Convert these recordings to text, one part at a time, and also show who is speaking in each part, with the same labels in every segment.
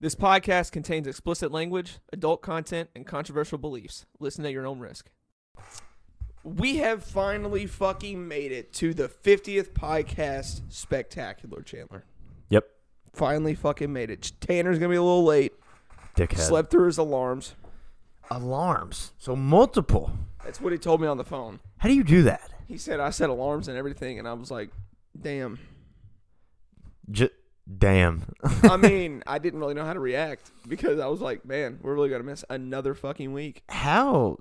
Speaker 1: This podcast contains explicit language, adult content, and controversial beliefs. Listen at your own risk. We have finally fucking made it to the 50th podcast spectacular, Chandler.
Speaker 2: Yep.
Speaker 1: Finally fucking made it. Tanner's going to be a little late.
Speaker 2: Dickhead.
Speaker 1: Slept through his alarms.
Speaker 2: Alarms. So multiple.
Speaker 1: That's what he told me on the phone.
Speaker 2: How do you do that?
Speaker 1: He said I set alarms and everything and I was like, "Damn."
Speaker 2: J- damn.
Speaker 1: I mean, I didn't really know how to react because I was like, "Man, we're really going to miss another fucking week."
Speaker 2: How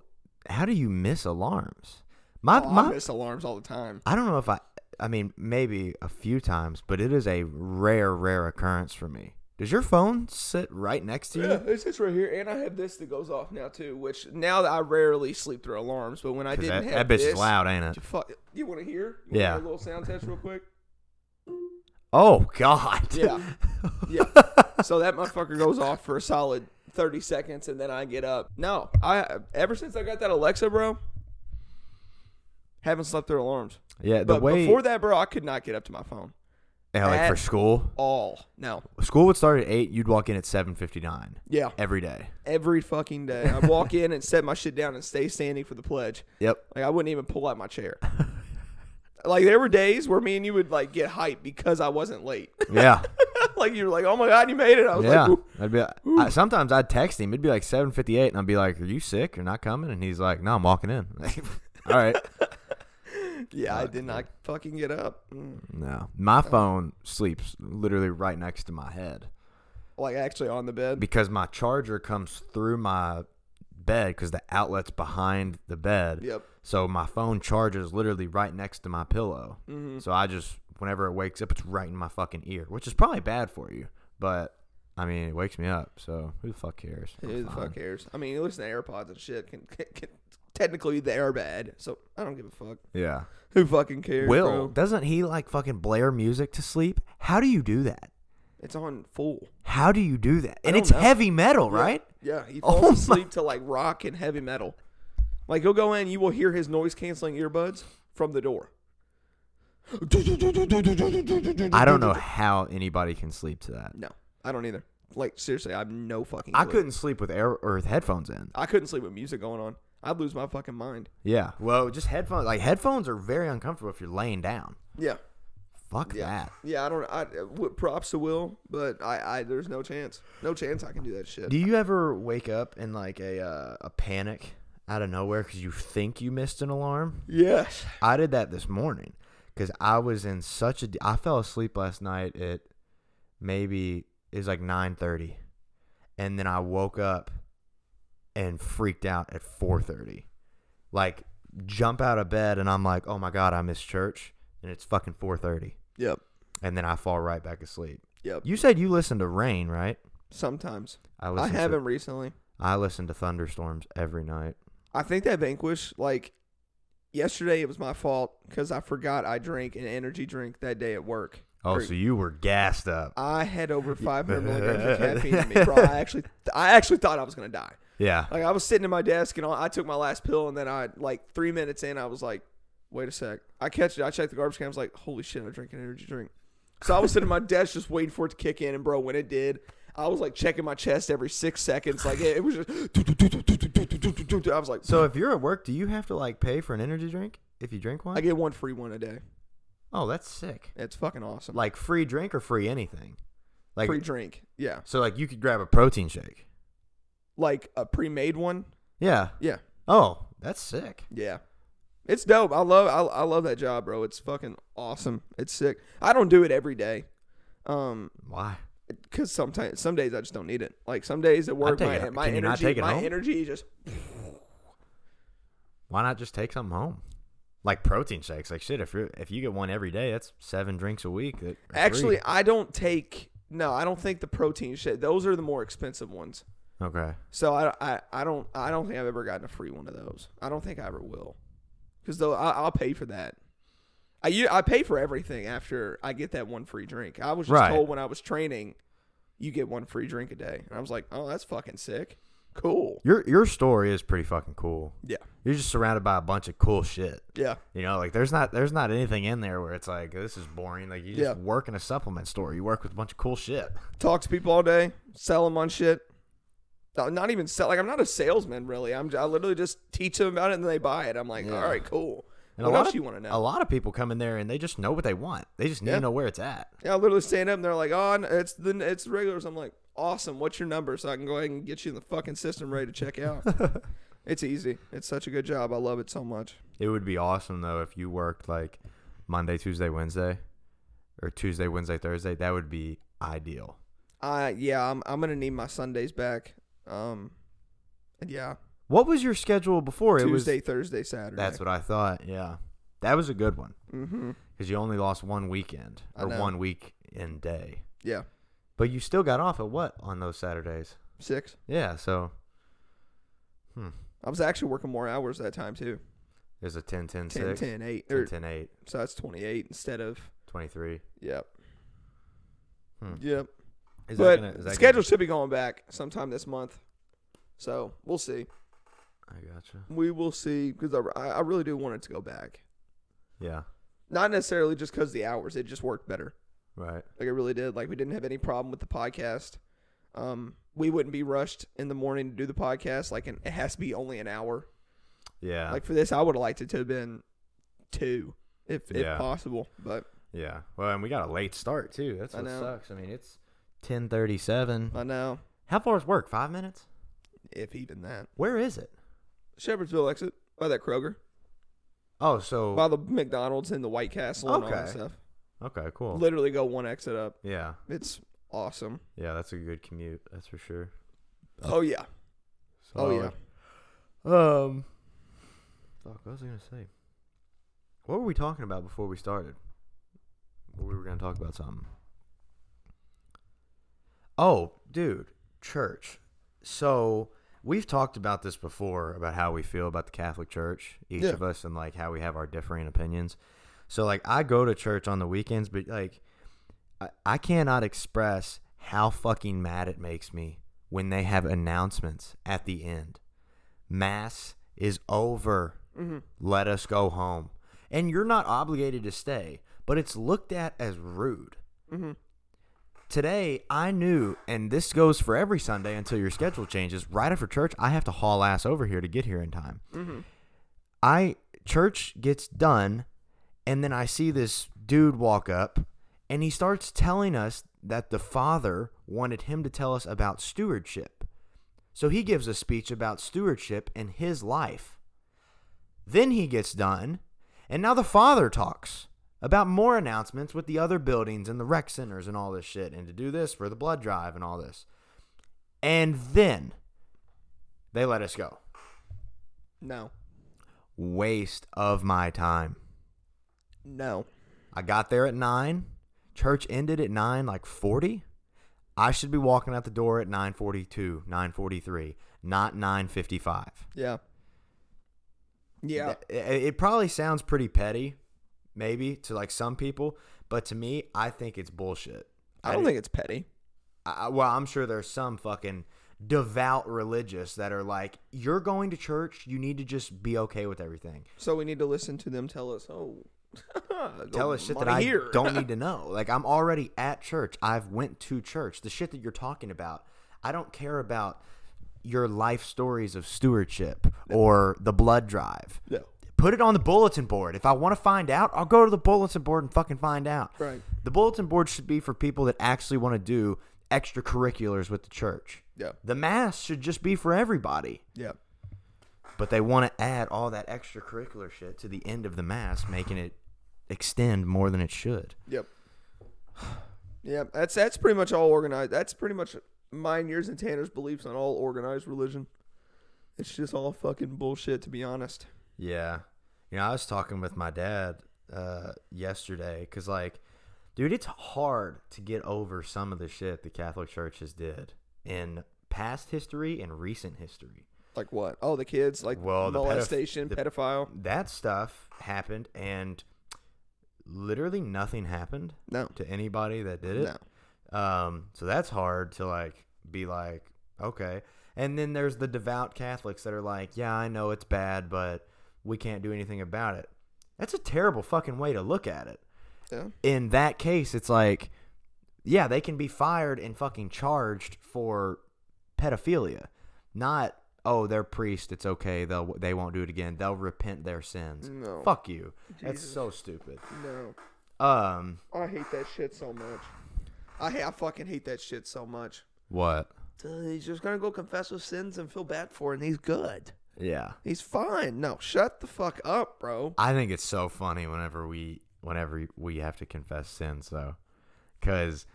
Speaker 2: how do you miss alarms? My
Speaker 1: Oh, I
Speaker 2: my
Speaker 1: miss alarms all the time.
Speaker 2: I don't know if I I mean maybe a few times, but it is a rare rare occurrence for me. Does your phone sit right next to you?
Speaker 1: Yeah, it sits right here, and I have this that goes off now too. Which now that I rarely sleep through alarms, but when I
Speaker 2: 'Cause
Speaker 1: didn't
Speaker 2: that,
Speaker 1: have
Speaker 2: that bitch
Speaker 1: this,
Speaker 2: is loud, ain't
Speaker 1: You,
Speaker 2: it?
Speaker 1: fuck, you want to hear? You wanna
Speaker 2: Yeah.
Speaker 1: hear A little sound test, real quick.
Speaker 2: Oh God.
Speaker 1: Yeah. Yeah. so that motherfucker goes off for a solid thirty seconds, and then I get up. No, I ever since I got that Alexa, bro, haven't slept through alarms.
Speaker 2: yeah. The
Speaker 1: But
Speaker 2: way
Speaker 1: before that, bro, I could not get up to my phone.
Speaker 2: yeah, like for
Speaker 1: that-
Speaker 2: school,
Speaker 1: All no,
Speaker 2: school would start at eight. You'd walk in at seven fifty nine
Speaker 1: yeah,
Speaker 2: every day.
Speaker 1: every fucking day. I walk in and set my shit down and stay standing for the pledge.
Speaker 2: Yep.
Speaker 1: Like I wouldn't even pull out my chair. like there were days where me and you would like get hyped because I wasn't late.
Speaker 2: Yeah.
Speaker 1: like you were like, "Oh my god, you made it!" I was
Speaker 2: yeah.
Speaker 1: like, "Ooh."
Speaker 2: I'd be. I, sometimes I'd text him. It'd be like seven fifty eight, and I'd be like, "Are you sick? You're not coming?" And he's like, "No, I'm walking in." All right.
Speaker 1: "Yeah, I did not fucking get up." Mm.
Speaker 2: No, my phone sleeps literally right next to my head
Speaker 1: Like actually on the bed.
Speaker 2: because my charger comes through my bed because the outlet's behind the bed.
Speaker 1: Yep.
Speaker 2: So my phone charges literally right next to my pillow.
Speaker 1: Mm-hmm.
Speaker 2: So I just whenever it wakes up, it's right in my fucking ear, which is probably bad for you, but. I mean, it wakes me up, so who the fuck cares? I'm
Speaker 1: Who the
Speaker 2: fine.
Speaker 1: fuck cares? I mean, at least the AirPods and shit can, can, can technically they are bad, so I don't give a fuck.
Speaker 2: Yeah.
Speaker 1: Who fucking cares?
Speaker 2: Will
Speaker 1: bro?
Speaker 2: doesn't he like fucking blare music to sleep? How do you do that?
Speaker 1: it's on full,
Speaker 2: How do you do that? And
Speaker 1: don't
Speaker 2: it's
Speaker 1: know.
Speaker 2: heavy metal, right?
Speaker 1: Yeah, he
Speaker 2: Oh
Speaker 1: falls
Speaker 2: my-
Speaker 1: asleep to like rock and heavy metal. Like he'll go in, you will hear his noise canceling earbuds from the door.
Speaker 2: I don't know how anybody can sleep to that.
Speaker 1: No, I don't either. Like seriously, I have no fucking.
Speaker 2: I
Speaker 1: clue.
Speaker 2: couldn't sleep with air or with headphones in.
Speaker 1: I couldn't sleep with music going on. I'd lose my fucking mind.
Speaker 2: Yeah. Well, just headphones. Like headphones are very uncomfortable if you're laying down.
Speaker 1: Yeah,
Speaker 2: Fuck
Speaker 1: yeah,
Speaker 2: that.
Speaker 1: yeah. I don't. I w- props to Will, but I, I there's no chance, no chance I can do that shit.
Speaker 2: Do you ever wake up in like a uh, a panic out of nowhere because you think you missed an alarm?
Speaker 1: yes.
Speaker 2: I did that this morning because I was in such a. d- I fell asleep last night at maybe it was like nine thirty, and then I woke up and freaked out at four thirty, like jump out of bed and I'm like, oh my god, I missed church, and it's fucking four thirty,
Speaker 1: Yep.
Speaker 2: and then I fall right back asleep.
Speaker 1: Yep.
Speaker 2: You said you listen to rain, right?
Speaker 1: Sometimes
Speaker 2: I
Speaker 1: I
Speaker 2: listen.
Speaker 1: haven't
Speaker 2: To,
Speaker 1: recently.
Speaker 2: I listen to thunderstorms every night.
Speaker 1: I think that Vanquish like yesterday it was my fault because I forgot I drank an energy drink that day at work.
Speaker 2: Oh,
Speaker 1: Or-
Speaker 2: so you were gassed up.
Speaker 1: I had over 500 milligrams of caffeine in me, bro. I actually, I actually thought I was gonna die.
Speaker 2: Yeah.
Speaker 1: Like I was sitting at my desk and I I took my last pill, and then I like three minutes in, I was like, "Wait a sec!" I catch it. I checked the garbage can. I was like, "Holy shit! I drank an energy drink." So I was sitting at my desk just waiting for it to kick in, and bro, when it did, I was like checking my chest every six seconds. Like it, it was just. I was like,
Speaker 2: So if you're at work, do you have to like pay for an energy drink if you drink one?
Speaker 1: I get one free one a day.
Speaker 2: oh, that's sick.
Speaker 1: It's fucking awesome.
Speaker 2: Like free drink or free anything. Like
Speaker 1: free drink, yeah,
Speaker 2: so, like you could grab a protein shake.
Speaker 1: like a pre-made one,
Speaker 2: Yeah.
Speaker 1: yeah,
Speaker 2: Oh, that's sick.
Speaker 1: yeah. It's dope. I love I, I love that job, bro. It's fucking awesome. It's sick. I don't do it every day. Um,
Speaker 2: Why?
Speaker 1: because sometimes some days I just don't need it. Like some days at work,
Speaker 2: take
Speaker 1: my,
Speaker 2: it.
Speaker 1: my
Speaker 2: Can you
Speaker 1: energy,
Speaker 2: not take it
Speaker 1: my
Speaker 2: home?
Speaker 1: energy just
Speaker 2: Why not just take something home? Like protein shakes. Like shit. If you if you get one every day, that's seven drinks a week. that are
Speaker 1: actually.
Speaker 2: free.
Speaker 1: I don't take no. I don't think the protein shit. Those are the more expensive ones.
Speaker 2: Okay.
Speaker 1: So I, I, I don't I don't think I've ever gotten a free one of those. I don't think I ever will, because though I, I'll pay for that. I u- I pay for everything after I get that one free drink. I was just
Speaker 2: Right.
Speaker 1: told when I was training, you get one free drink a day, and I was like, oh, that's fucking sick. Cool.
Speaker 2: Your your story is pretty fucking cool.
Speaker 1: Yeah.
Speaker 2: You're just surrounded by a bunch of cool shit.
Speaker 1: Yeah.
Speaker 2: You know, like there's not there's not anything in there where it's like this is boring. Like you just
Speaker 1: Yeah.
Speaker 2: work in a supplement store. You work with a bunch of cool shit.
Speaker 1: Talk to people all day. Sell them on shit. No, not even sell. Like I'm not a salesman really. I'm. I literally just teach them about it and then they buy it. I'm like,
Speaker 2: Yeah.
Speaker 1: all right, cool.
Speaker 2: And
Speaker 1: what
Speaker 2: a lot
Speaker 1: else
Speaker 2: of,
Speaker 1: you want to know?
Speaker 2: A lot of people come in there and they just know what they want. They just need
Speaker 1: Yeah.
Speaker 2: to know where it's at.
Speaker 1: Yeah, I literally stand up and they're like, "Oh, n- it's the it's the regulars." I'm like, "Awesome! What's your number so I can go ahead and get you in the fucking system ready to check out?" it's easy. It's such a good job. I love it so much.
Speaker 2: It would be awesome though if you worked like Monday, Tuesday, Wednesday, or Tuesday, Wednesday, Thursday. That would be ideal.
Speaker 1: I yeah, I'm I'm gonna need my Sundays back. Um, and yeah,
Speaker 2: What was your schedule before?
Speaker 1: Tuesday,
Speaker 2: it was
Speaker 1: Thursday, Saturday.
Speaker 2: That's what I thought. Yeah. That was a good one
Speaker 1: mm-hmm.
Speaker 2: cuz you only lost one weekend
Speaker 1: I
Speaker 2: or
Speaker 1: know.
Speaker 2: one week in day.
Speaker 1: Yeah,
Speaker 2: But you still got off at what on those Saturdays?
Speaker 1: six.
Speaker 2: Yeah, so hmm,
Speaker 1: I was actually working more hours that time too.
Speaker 2: there's a 10 10
Speaker 1: 10,
Speaker 2: 6
Speaker 1: 10, 8.
Speaker 2: 10
Speaker 1: Or,
Speaker 2: 10 8
Speaker 1: er, so that's 28 instead of,
Speaker 2: 23.
Speaker 1: yep.
Speaker 2: Hmm.
Speaker 1: Yep.
Speaker 2: Is
Speaker 1: but
Speaker 2: gonna- is
Speaker 1: the
Speaker 2: that
Speaker 1: schedule should be going back sometime this month. So we'll see.
Speaker 2: Gonna, I gotcha.
Speaker 1: We will see because I, I really do want it to go back.
Speaker 2: Yeah.
Speaker 1: Not necessarily just because the hours; it just worked better.
Speaker 2: Right.
Speaker 1: Like it really did. Like we didn't have any problem with the podcast. Um, we wouldn't be rushed in the morning to do the podcast. Like an, it has to be only an hour.
Speaker 2: Yeah.
Speaker 1: Like for this, I would have liked it to have been two, if
Speaker 2: Yeah.
Speaker 1: if possible. But
Speaker 2: yeah. Well, and we got a late start too. That's
Speaker 1: I
Speaker 2: what
Speaker 1: know.
Speaker 2: sucks. I mean, it's 10:37.
Speaker 1: I know
Speaker 2: How far is work? 5 minutes?
Speaker 1: if even that
Speaker 2: Where is it?
Speaker 1: Shepherdsville exit by that Kroger,
Speaker 2: Oh, so
Speaker 1: by the McDonald's and the White Castle and all that
Speaker 2: Okay.
Speaker 1: stuff.
Speaker 2: Okay, cool.
Speaker 1: Literally go one exit up.
Speaker 2: Yeah.
Speaker 1: It's awesome.
Speaker 2: Yeah, that's a good commute. That's for sure.
Speaker 1: Oh yeah. Oh yeah.
Speaker 2: Um, fuck, what was I gonna say? What were we talking about before we started? We were gonna talk about something. Oh, dude, church. So we've talked about this before about how we feel about the Catholic Church, each
Speaker 1: Yeah.
Speaker 2: of us, and like how we have our differing opinions. So like, I go to church on the weekends, but like, I, I cannot express how fucking mad it makes me when they have announcements at the end. Mass is over. Let us go home. And you're not obligated to stay, but it's looked at as rude.
Speaker 1: Mhm.
Speaker 2: Today, I knew, and this goes for every Sunday until your schedule changes. Right after church, I have to haul ass over here to get here in time.
Speaker 1: Mm-hmm.
Speaker 2: I church gets done, and then I see this dude walk up, and he starts telling us that the father wanted him to tell us about stewardship. So he gives a speech about stewardship and his life. Then he gets done, and now the father talks about more announcements with the other buildings and the rec centers and all this shit, and to do this for the blood drive and all this. And then they let us go.
Speaker 1: No.
Speaker 2: Waste of my time.
Speaker 1: No.
Speaker 2: I got there at nine. Church ended at nine, like forty. I should be walking out the door at nine forty-two, nine forty-three, not nine fifty-five.
Speaker 1: Yeah. Yeah.
Speaker 2: Th- It, it probably sounds pretty petty, maybe to like some people, but to me, I think it's bullshit.
Speaker 1: I don't think it's petty.
Speaker 2: I, I- well, I'm sure there's some fucking devout religious that are like, you're going to church, you need to just be okay with everything.
Speaker 1: So we need to listen to them tell us, oh,
Speaker 2: tell us shit that
Speaker 1: my
Speaker 2: I
Speaker 1: ear.
Speaker 2: don't need to know. Like I'm already at church. I've went to church. The shit that you're talking about, I don't care about your life stories of stewardship or the blood drive.
Speaker 1: No.
Speaker 2: Put it on the bulletin board. If I want to find out, I'll go to the bulletin board and fucking find out.
Speaker 1: Right.
Speaker 2: The bulletin board should be for people that actually want to do extracurriculars with the church.
Speaker 1: Yeah.
Speaker 2: The mass should just be for everybody.
Speaker 1: Yeah.
Speaker 2: But they want to add all that extracurricular shit to the end of the mass, making it extend more than it should.
Speaker 1: Yep. Yeah. That's that's pretty much all organized. That's pretty much mine, yours, and Tanner's beliefs on all organized religion. It's just all fucking bullshit, to be honest.
Speaker 2: Yeah. You know, I was talking with my dad uh, yesterday because, like, dude, it's hard to get over some of the shit the Catholic Church has did in past history and recent history.
Speaker 1: Like what? Oh, the kids, like
Speaker 2: Well, the pedoph-
Speaker 1: molestation,
Speaker 2: the-
Speaker 1: pedophile.
Speaker 2: That stuff happened, and literally nothing happened
Speaker 1: No.
Speaker 2: to anybody that did it.
Speaker 1: No.
Speaker 2: Um, so that's hard to like be like, okay. And then there's the devout Catholics that are like, yeah, I know it's bad, but we can't do anything about it. That's a terrible fucking way to look at it.
Speaker 1: Yeah.
Speaker 2: In that case, it's like, yeah, they can be fired and fucking charged for pedophilia, not oh they're priest, it's okay, they'll they won't do it again, they'll repent their sins.
Speaker 1: No.
Speaker 2: Fuck you. That's
Speaker 1: Jesus.
Speaker 2: so stupid.
Speaker 1: No.
Speaker 2: Um,
Speaker 1: I hate that shit so much. I ha- I fucking hate that shit so much.
Speaker 2: what?
Speaker 1: Duh, He's just gonna go confess his sins and feel bad for it, and he's good.
Speaker 2: Yeah.
Speaker 1: He's fine. No, shut the fuck up, bro.
Speaker 2: I think it's so funny whenever we whenever we have to confess sins though. Cuz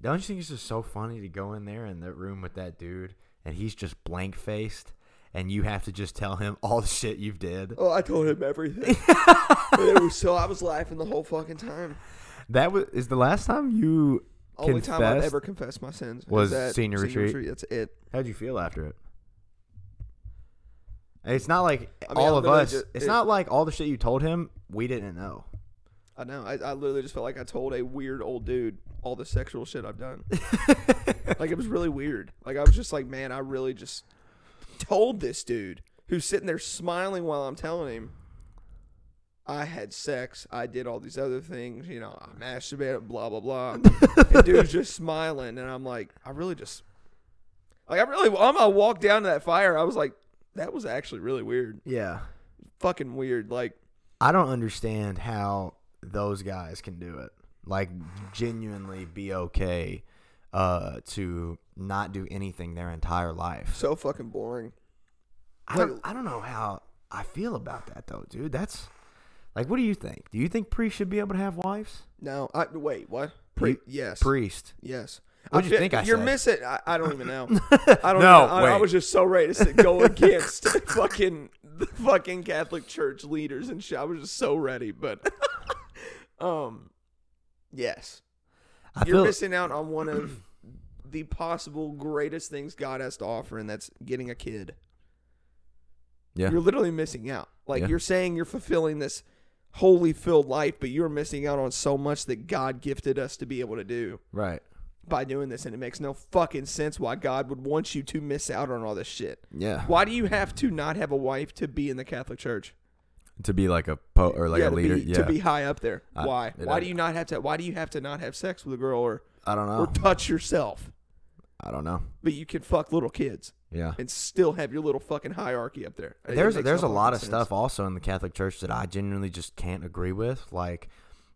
Speaker 2: don't you think it's just so funny to go in there in that room with that dude and he's just blank faced and you have to just tell him all the shit you've did.
Speaker 1: Oh, I told him everything. it was so I was laughing the whole fucking time.
Speaker 2: That was is the last time you
Speaker 1: Only time I've
Speaker 2: confessed?
Speaker 1: ever confessed my sins is
Speaker 2: Was
Speaker 1: that
Speaker 2: senior retreat.
Speaker 1: That's it.
Speaker 2: How'd you feel after it? It's not like
Speaker 1: I mean,
Speaker 2: all
Speaker 1: I
Speaker 2: of
Speaker 1: literally
Speaker 2: us.
Speaker 1: ju-
Speaker 2: it's
Speaker 1: it-
Speaker 2: not like all the shit you told him we didn't know.
Speaker 1: I know. I, I literally just felt like I told a weird old dude all the sexual shit I've done. like it was really weird. Like I was just like, man, I really just told this dude who's sitting there smiling while I'm telling him I had sex, I did all these other things, you know, I masturbated, blah blah blah. and dude's just smiling, and I'm like, I really just like I really on my walk down to that fire, I was like, that was actually really weird,
Speaker 2: Yeah,
Speaker 1: fucking weird. Like
Speaker 2: I don't understand how those guys can do it. Like genuinely be okay uh, to not do anything their entire life.
Speaker 1: so fucking boring.
Speaker 2: I don't, I don't know how I feel about that though, dude. That's like, what do you think? Do you think priests should be able to have wives?
Speaker 1: No, I wait. What? Pre-
Speaker 2: You-
Speaker 1: yes,
Speaker 2: Priest.
Speaker 1: yes.
Speaker 2: What'd
Speaker 1: I
Speaker 2: you
Speaker 1: fe-
Speaker 2: think I
Speaker 1: You're
Speaker 2: said?
Speaker 1: missing. I, I don't even know. I don't.
Speaker 2: No,
Speaker 1: even, I, I
Speaker 2: wait.
Speaker 1: was just so ready to say- go against fucking the fucking Catholic Church leaders and shit. I was just so ready, but um, yes,
Speaker 2: I
Speaker 1: you're
Speaker 2: feel
Speaker 1: missing out on one of the possible greatest things God has to offer, and that's getting a kid.
Speaker 2: Yeah.
Speaker 1: You're literally missing out. Like
Speaker 2: Yeah.
Speaker 1: you're saying you're fulfilling this holy filled life, but you're missing out on so much that God gifted us to be able to do
Speaker 2: right.
Speaker 1: by doing this, and it makes no fucking sense why God would want you to miss out on all this shit.
Speaker 2: Yeah.
Speaker 1: Why do you have to not have a wife to be in the Catholic Church?
Speaker 2: to be like a po- or like
Speaker 1: Yeah,
Speaker 2: a leader.
Speaker 1: to be,
Speaker 2: yeah,
Speaker 1: to be high up there.
Speaker 2: I-
Speaker 1: why?
Speaker 2: it
Speaker 1: Why
Speaker 2: does-
Speaker 1: do you not have to? Why do you have to not have sex with a girl or
Speaker 2: I don't
Speaker 1: or
Speaker 2: know.
Speaker 1: touch yourself?
Speaker 2: I don't know.
Speaker 1: But you can fuck little kids
Speaker 2: Yeah,
Speaker 1: and still have your little fucking hierarchy up there. It
Speaker 2: there's
Speaker 1: makes
Speaker 2: there's
Speaker 1: no
Speaker 2: a lot of
Speaker 1: fucking sense.
Speaker 2: stuff also in the Catholic Church that I genuinely just can't agree with. Like,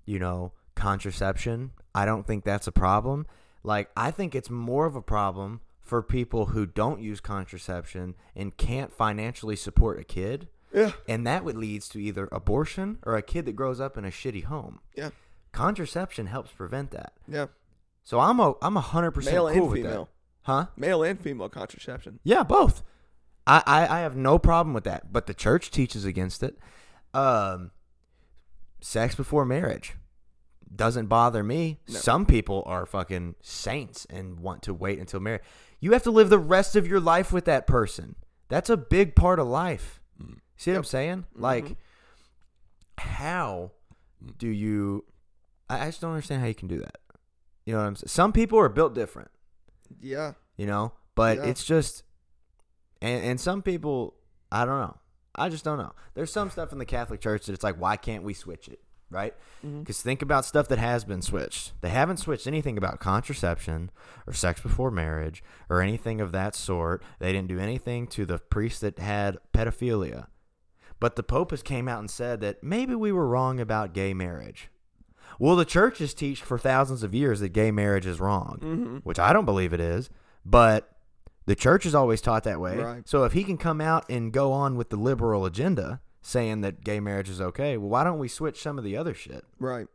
Speaker 2: you know, contraception. I don't think that's a problem. Like, I think it's more of a problem for people who don't use contraception and can't financially support a kid,
Speaker 1: Yeah,
Speaker 2: and that would leads to either abortion or a kid that grows up in a shitty home.
Speaker 1: yeah,
Speaker 2: Contraception helps prevent that.
Speaker 1: yeah.
Speaker 2: So I'm a I'm a hundred percent
Speaker 1: Male
Speaker 2: cool
Speaker 1: and
Speaker 2: with
Speaker 1: female,
Speaker 2: that, huh?
Speaker 1: male and female contraception.
Speaker 2: Yeah, both. I, I, I have no problem with that, but the church teaches against it. Um, sex before marriage doesn't bother me. Some people are fucking saints and want to wait until marriage. You have to live the rest of your life with that person. That's a big part of life. See what I'm saying? Like, how do you? I I just don't understand how you can do that. You know what I'm saying? Some people are built different
Speaker 1: Yeah,
Speaker 2: you know but
Speaker 1: Yeah.
Speaker 2: it's just and and some people i don't know i just don't know there's some stuff in the catholic church that it's like why can't we switch it right because think about stuff that has been switched they haven't switched anything about contraception or sex before marriage or anything of that sort they didn't do anything to the priest that had pedophilia but the pope has came out and said that maybe we were wrong about gay marriage well, the church has teached for thousands of years that gay marriage is wrong,
Speaker 1: Mm-hmm.
Speaker 2: which I don't believe it is, but the church is always taught that way.
Speaker 1: Right.
Speaker 2: So if he can come out and go on with the liberal agenda saying that gay marriage is okay, well, why don't we switch some of the other shit?
Speaker 1: right.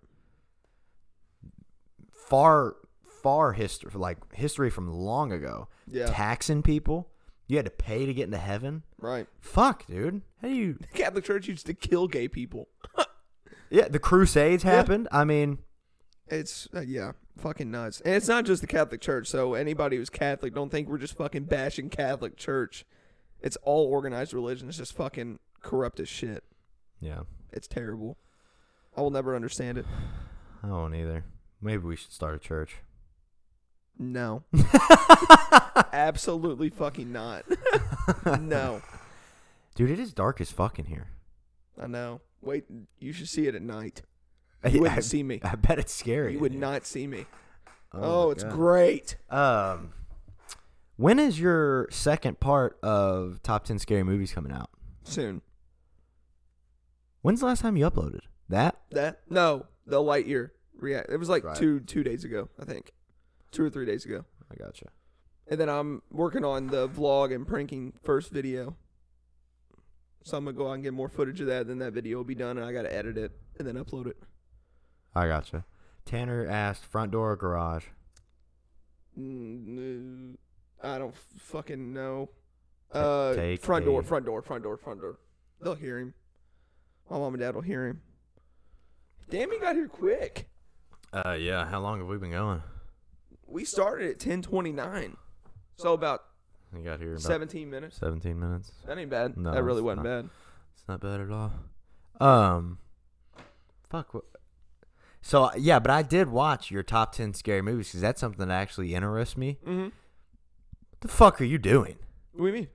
Speaker 2: Far, far history, like history from long ago,
Speaker 1: Yeah.
Speaker 2: taxing people. You had to pay to get into heaven.
Speaker 1: Right.
Speaker 2: Fuck, dude. How do you?
Speaker 1: Catholic Church used to kill gay people.
Speaker 2: Yeah, the Crusades happened. I mean,
Speaker 1: It's uh, yeah, fucking nuts. And it's not just the Catholic Church. So anybody who's Catholic, don't think we're just fucking bashing Catholic Church. It's all organized religion. It's just fucking corrupt as shit.
Speaker 2: yeah,
Speaker 1: It's terrible. I will never understand it.
Speaker 2: I don't either. Maybe we should start a church.
Speaker 1: No. Absolutely fucking not. no,
Speaker 2: Dude, it is dark as fuck in here.
Speaker 1: I know. Wait, you should see it at night. You wouldn't
Speaker 2: I,
Speaker 1: see me.
Speaker 2: I bet it's scary.
Speaker 1: You
Speaker 2: in
Speaker 1: would
Speaker 2: here.
Speaker 1: not see me.
Speaker 2: Oh,
Speaker 1: Oh,
Speaker 2: my
Speaker 1: it's
Speaker 2: God.
Speaker 1: great.
Speaker 2: Um, when is your second part of top ten scary movies coming out?
Speaker 1: Soon.
Speaker 2: When's the last time you uploaded that?
Speaker 1: That no, the light year react. It was like
Speaker 2: Right.
Speaker 1: two two days ago, I think, two or three days ago.
Speaker 2: I gotcha.
Speaker 1: And then I'm working on the vlog and pranking first video. So I'm gonna go out and get more footage of that. Then that video will be done, and I gotta edit it and then upload it.
Speaker 2: I gotcha. Tanner asked, "Front door or garage?"
Speaker 1: Mm, uh, I don't f- fucking know. Uh,
Speaker 2: take
Speaker 1: front door,
Speaker 2: a-
Speaker 1: front door, front door, front door. They'll hear him. My mom and dad will hear him. Damn, he got here quick.
Speaker 2: Uh, yeah. How long have we been going?
Speaker 1: We started at ten twenty nine, so about
Speaker 2: We got here about
Speaker 1: seventeen minutes.
Speaker 2: seventeen minutes.
Speaker 1: That ain't bad.
Speaker 2: No,
Speaker 1: that really
Speaker 2: it's
Speaker 1: wasn't bad.
Speaker 2: It's not bad at all. Um, fuck. What? So uh, yeah, but I did watch your top ten scary movies because that's something that actually interests me.
Speaker 1: Mm-hmm.
Speaker 2: The fuck are you doing?
Speaker 1: What do you mean?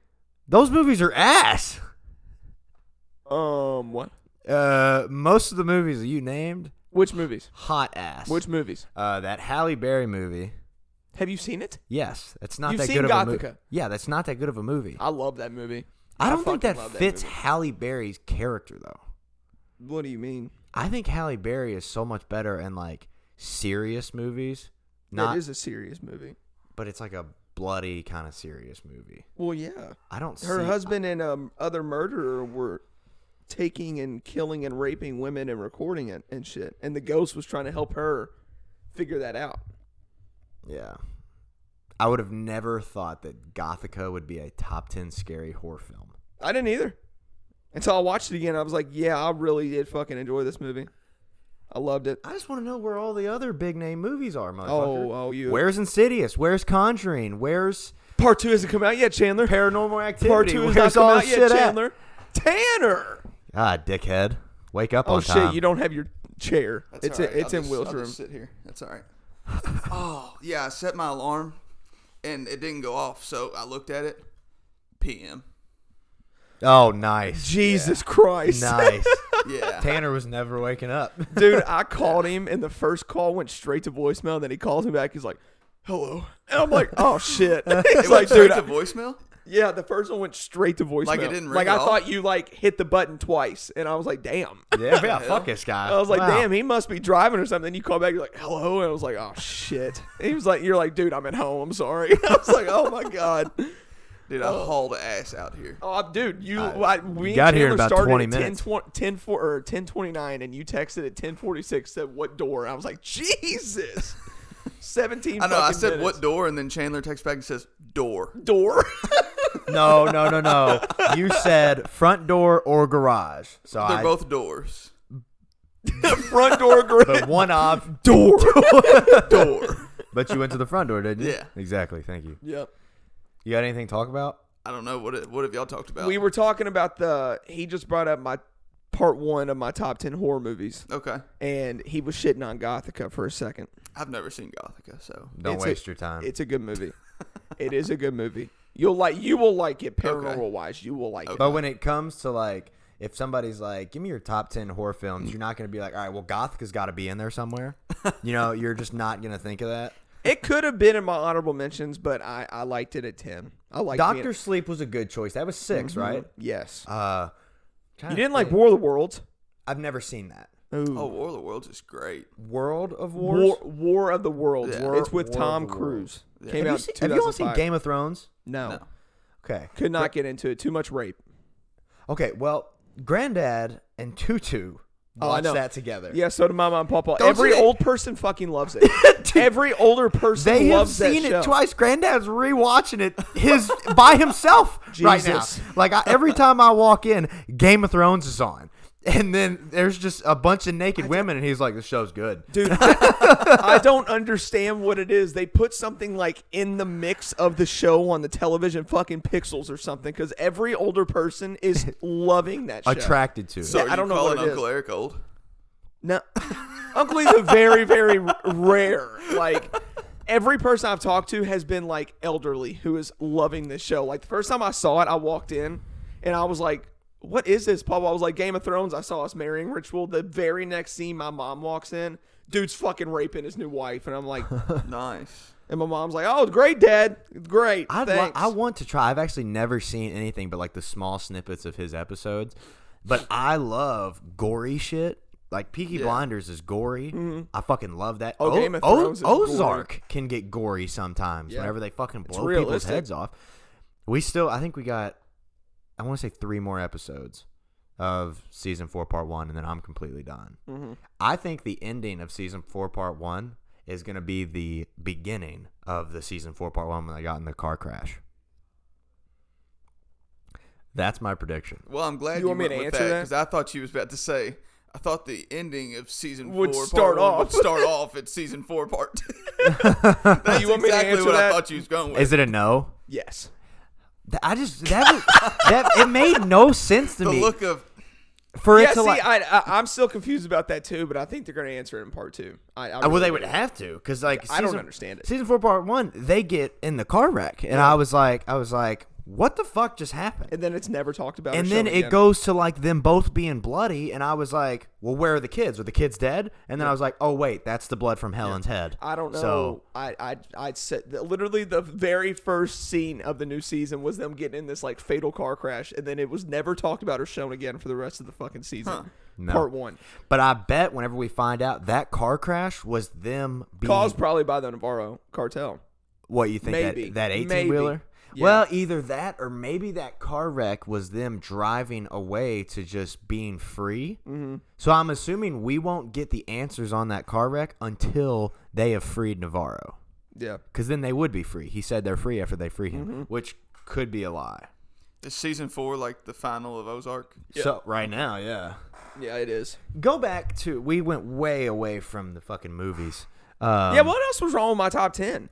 Speaker 2: Those movies are ass.
Speaker 1: Um, what?
Speaker 2: Uh, most of the movies that you named,
Speaker 1: Which movies?
Speaker 2: hot ass.
Speaker 1: Which movies?
Speaker 2: uh, that Halle Berry movie.
Speaker 1: Have you seen it?
Speaker 2: Yes, that's not
Speaker 1: You've
Speaker 2: that
Speaker 1: seen
Speaker 2: good of a movie.
Speaker 1: Gothica.
Speaker 2: Yeah, that's not that good of a movie.
Speaker 1: I love that movie.
Speaker 2: I
Speaker 1: I
Speaker 2: don't think
Speaker 1: fucking
Speaker 2: that
Speaker 1: love that
Speaker 2: fits
Speaker 1: movie.
Speaker 2: Halle Berry's character though.
Speaker 1: What do you mean?
Speaker 2: I think Halle Berry is so much better in like serious movies. Not
Speaker 1: it is a serious movie.
Speaker 2: but it's like a bloody kind of serious movie.
Speaker 1: Well, yeah.
Speaker 2: I don't.
Speaker 1: Her
Speaker 2: see,
Speaker 1: husband and um, other murderer were taking and killing and raping women and recording it and shit. And the ghost was trying to help her figure that out.
Speaker 2: yeah, I would have never thought that Gothica would be a top ten scary horror film.
Speaker 1: I didn't either. Until I watched it again, I was like, yeah, I really did fucking enjoy this movie. I loved it.
Speaker 2: I just want to know where all the other big name movies are,
Speaker 1: Oh,
Speaker 2: motherfucker.
Speaker 1: oh, you.
Speaker 2: Where's Insidious? Where's Conjuring? Where's
Speaker 1: Part two hasn't come out yet, Chandler.
Speaker 2: Paranormal Activity?
Speaker 1: Part two has not
Speaker 2: Where's
Speaker 1: come
Speaker 2: all
Speaker 1: out
Speaker 2: this
Speaker 1: yet,
Speaker 2: shit at?
Speaker 1: Chandler. Tanner.
Speaker 2: Ah, dickhead! Wake up
Speaker 1: Oh
Speaker 2: on time.
Speaker 1: shit! You don't have your chair. it's
Speaker 3: alright,
Speaker 1: it's
Speaker 3: I'll
Speaker 1: in
Speaker 3: just- I'll
Speaker 1: Will's room.
Speaker 3: just sit here. That's all right. oh yeah, I set my alarm, and it didn't go off. So I looked at it. PM.
Speaker 2: oh, nice,
Speaker 1: Jesus Christ,
Speaker 2: nice.
Speaker 3: Yeah.
Speaker 2: Tanner was never waking up.
Speaker 1: dude! I called him, and the first call went straight to voicemail. And then he calls me back. He's like, "Hello," and I'm like, "Oh shit!" He's
Speaker 3: it
Speaker 1: like,
Speaker 3: went
Speaker 1: "Dude,
Speaker 3: straight to
Speaker 1: I-
Speaker 3: voicemail.
Speaker 1: yeah." The first one went straight to voicemail.
Speaker 3: Like, it didn't ring
Speaker 1: Like I
Speaker 3: at all?
Speaker 1: thought you like hit the button twice, and I was like, "Damn."
Speaker 2: yeah, yeah, fuck this guy.
Speaker 1: I was like,
Speaker 2: Wow.
Speaker 1: "Damn, he must be driving or something." You call back, you're like, "Hello," and I was like, "Oh shit." he was like, "You're like, dude, I'm at home. I'm sorry." I was like, "Oh my god."
Speaker 3: Dude, I hauled ass out here.
Speaker 1: Oh, dude, you
Speaker 2: Uh,
Speaker 1: I, we
Speaker 2: you got
Speaker 1: and
Speaker 2: here in
Speaker 1: Chandler
Speaker 2: about
Speaker 1: started
Speaker 2: 20
Speaker 1: at
Speaker 2: minutes.
Speaker 1: 10, 10 four, or 1029 and you texted at 1046 said what door? I was like, "Jesus." 17
Speaker 3: I know. I
Speaker 1: fucking
Speaker 3: said
Speaker 1: minutes.
Speaker 3: what door, and then Chandler texts back and says door.
Speaker 1: door?
Speaker 2: No, no, no, no. You said front door or garage. So
Speaker 3: They're
Speaker 2: I,
Speaker 3: both doors.
Speaker 1: the front door garage
Speaker 2: but one of
Speaker 1: door.
Speaker 3: Door.
Speaker 2: But you went to the front door, didn't you?
Speaker 3: Yeah.
Speaker 2: Exactly. Thank you.
Speaker 1: yep.
Speaker 2: You got anything to talk about?
Speaker 3: I don't know what it, what have y'all talked about.
Speaker 1: We were talking about the he just brought up my part 1 of my top 10 horror movies
Speaker 3: okay.
Speaker 1: and he was shitting on Gothica for a second.
Speaker 3: I've never seen Gothica, so
Speaker 2: Don't
Speaker 1: It's a-
Speaker 2: waste your time.
Speaker 1: It's a good movie. it is a good movie. You'll like you will like it paranormal wise. You will like it.
Speaker 2: but when it comes to like, if somebody's like, "Give me your top ten horror films," you're not gonna be like, "All right, well, Gothica's got to be in there somewhere." you know, you're just not gonna think of that.
Speaker 1: It could have been in my honorable mentions, but I, I liked it at ten. I liked being-
Speaker 2: Doctor Sleep was a good choice. That was 6 right?
Speaker 1: Yes,
Speaker 2: Uh,
Speaker 1: you didn't like War of the Worlds.
Speaker 2: I've never seen that.
Speaker 3: oh, War of the Worlds is great.
Speaker 2: World of Wars.
Speaker 1: War War of the Worlds.
Speaker 3: Yeah.
Speaker 1: it's with
Speaker 2: War of
Speaker 1: Tom
Speaker 2: the
Speaker 1: Cruise.
Speaker 3: Yeah.
Speaker 1: Came
Speaker 2: have, you
Speaker 1: out.
Speaker 2: seen,
Speaker 1: in
Speaker 2: have you all seen
Speaker 1: 2005.
Speaker 2: Game of Thrones?
Speaker 1: No.
Speaker 3: No.
Speaker 2: Okay.
Speaker 1: could not get into it. Too much rape.
Speaker 2: Okay, well, Granddad and Tutu
Speaker 1: Oh, I
Speaker 2: watched
Speaker 1: know.
Speaker 2: that together.
Speaker 1: Yeah, so did my mom and papa.
Speaker 2: Don't
Speaker 1: Every
Speaker 2: you think-
Speaker 1: old person fucking loves it. Every older person
Speaker 2: They have
Speaker 1: loves
Speaker 2: seen
Speaker 1: that
Speaker 2: it
Speaker 1: show.
Speaker 2: twice. Granddad's rewatching it his by himself right now.
Speaker 1: Jesus.
Speaker 2: Like I, every time I walk in, Game of Thrones is on, and then there's just a bunch of naked women, and he's like, "This show's good."
Speaker 1: Dude, I, I don't understand what it is. They put something like in the mix of the show on the television, fucking pixels or something, because every older person is loving that show.
Speaker 2: Attracted to. it.
Speaker 3: So
Speaker 1: Yeah,
Speaker 3: are
Speaker 1: I don't
Speaker 3: you
Speaker 1: know what
Speaker 3: calling
Speaker 1: it is.
Speaker 3: Uncle Eric old?
Speaker 1: No, Uncle Lee's a very, very r- rare. Like every person I've talked to has been like elderly who is loving this show. Like the first time I saw it, I walked in and I was like, "What is this, Paul?" I was like, "Game of Thrones." I saw us marrying ritual. The very next scene, my mom walks in. Dude's fucking raping his new wife, and I'm like,
Speaker 3: Nice.
Speaker 1: and my mom's like, "Oh, great, Dad, great."
Speaker 2: I'd li-
Speaker 1: thanks."
Speaker 2: I want to try. I've actually never seen anything but like the small snippets of his episodes. But I love gory shit. Like Peaky Blinders is gory. I fucking love that.
Speaker 1: Mm-hmm. Oh,
Speaker 2: O-
Speaker 1: Game of
Speaker 2: O-
Speaker 1: Thrones is gory.
Speaker 2: Ozark can get gory sometimes
Speaker 1: Yeah.
Speaker 2: whenever they fucking blow people's
Speaker 1: realistic.
Speaker 2: heads off. We still, I think we got, I want to say three more episodes of season four, part one, and then I'm completely done.
Speaker 1: Mm-hmm.
Speaker 2: I think the ending of season four, part one is going to be the beginning of the season four, part one when I got in the car crash. That's my prediction.
Speaker 3: Well, I'm glad
Speaker 1: You
Speaker 3: you,
Speaker 1: want me
Speaker 3: went
Speaker 1: to
Speaker 3: with
Speaker 1: answer
Speaker 3: that
Speaker 1: that?
Speaker 3: because I thought you was about to say. I thought the ending of season
Speaker 1: Would
Speaker 3: four
Speaker 1: start
Speaker 3: part one
Speaker 1: off.
Speaker 3: would start off at season four part two. That's
Speaker 1: You want me to
Speaker 3: exactly
Speaker 1: answer
Speaker 3: what
Speaker 1: that?
Speaker 3: I thought you was going with.
Speaker 2: Is it a no?
Speaker 1: yes.
Speaker 2: Th- I just that, was- that it made no sense to
Speaker 3: the
Speaker 2: me
Speaker 3: look of
Speaker 2: for
Speaker 1: Yeah,
Speaker 2: it to
Speaker 1: see,
Speaker 2: like.
Speaker 1: I, I, I'm still confused about that too, but I think they're going to answer it in part two. I, I
Speaker 2: Uh, well,
Speaker 1: really
Speaker 2: they
Speaker 1: do.
Speaker 2: would have to because like
Speaker 1: I don't understand it.
Speaker 2: Season four, part one, they get in the car wreck, and I was like, I was like, what the fuck just happened?
Speaker 1: and then it's never talked about. or
Speaker 2: and then
Speaker 1: shown
Speaker 2: it
Speaker 1: again.
Speaker 2: goes to like them both being bloody, and I was like, well, where are the kids? Are the kids dead? And then I was like, oh wait, that's the blood from Helen's head.
Speaker 1: I don't know.
Speaker 2: So
Speaker 1: I I I said the- literally the very first scene of the new season was them getting in this like fatal car crash, and then it was never talked about or shown again for the rest of the fucking season.
Speaker 2: No.
Speaker 1: Part one
Speaker 2: But I bet whenever we find out that car crash was them being
Speaker 1: caused probably by the Navarro cartel.
Speaker 2: what you think
Speaker 1: Maybe.
Speaker 2: that that
Speaker 1: Maybe.
Speaker 2: eighteen wheeler.
Speaker 1: Yeah.
Speaker 2: Well, either that or maybe that car wreck was them driving away to just being free. Mm-hmm. So I'm assuming we won't get the answers on that car wreck until they have freed Navarro,
Speaker 1: Yeah,
Speaker 2: because then they would be free. He said they're free after they free him,
Speaker 1: Mm-hmm.
Speaker 2: which could be a lie.
Speaker 3: is season four like the final of Ozark.
Speaker 2: So right now, yeah.
Speaker 1: yeah, it is.
Speaker 2: Go back to we went way away from the fucking movies. Um,
Speaker 1: yeah, what else was wrong with my top ten?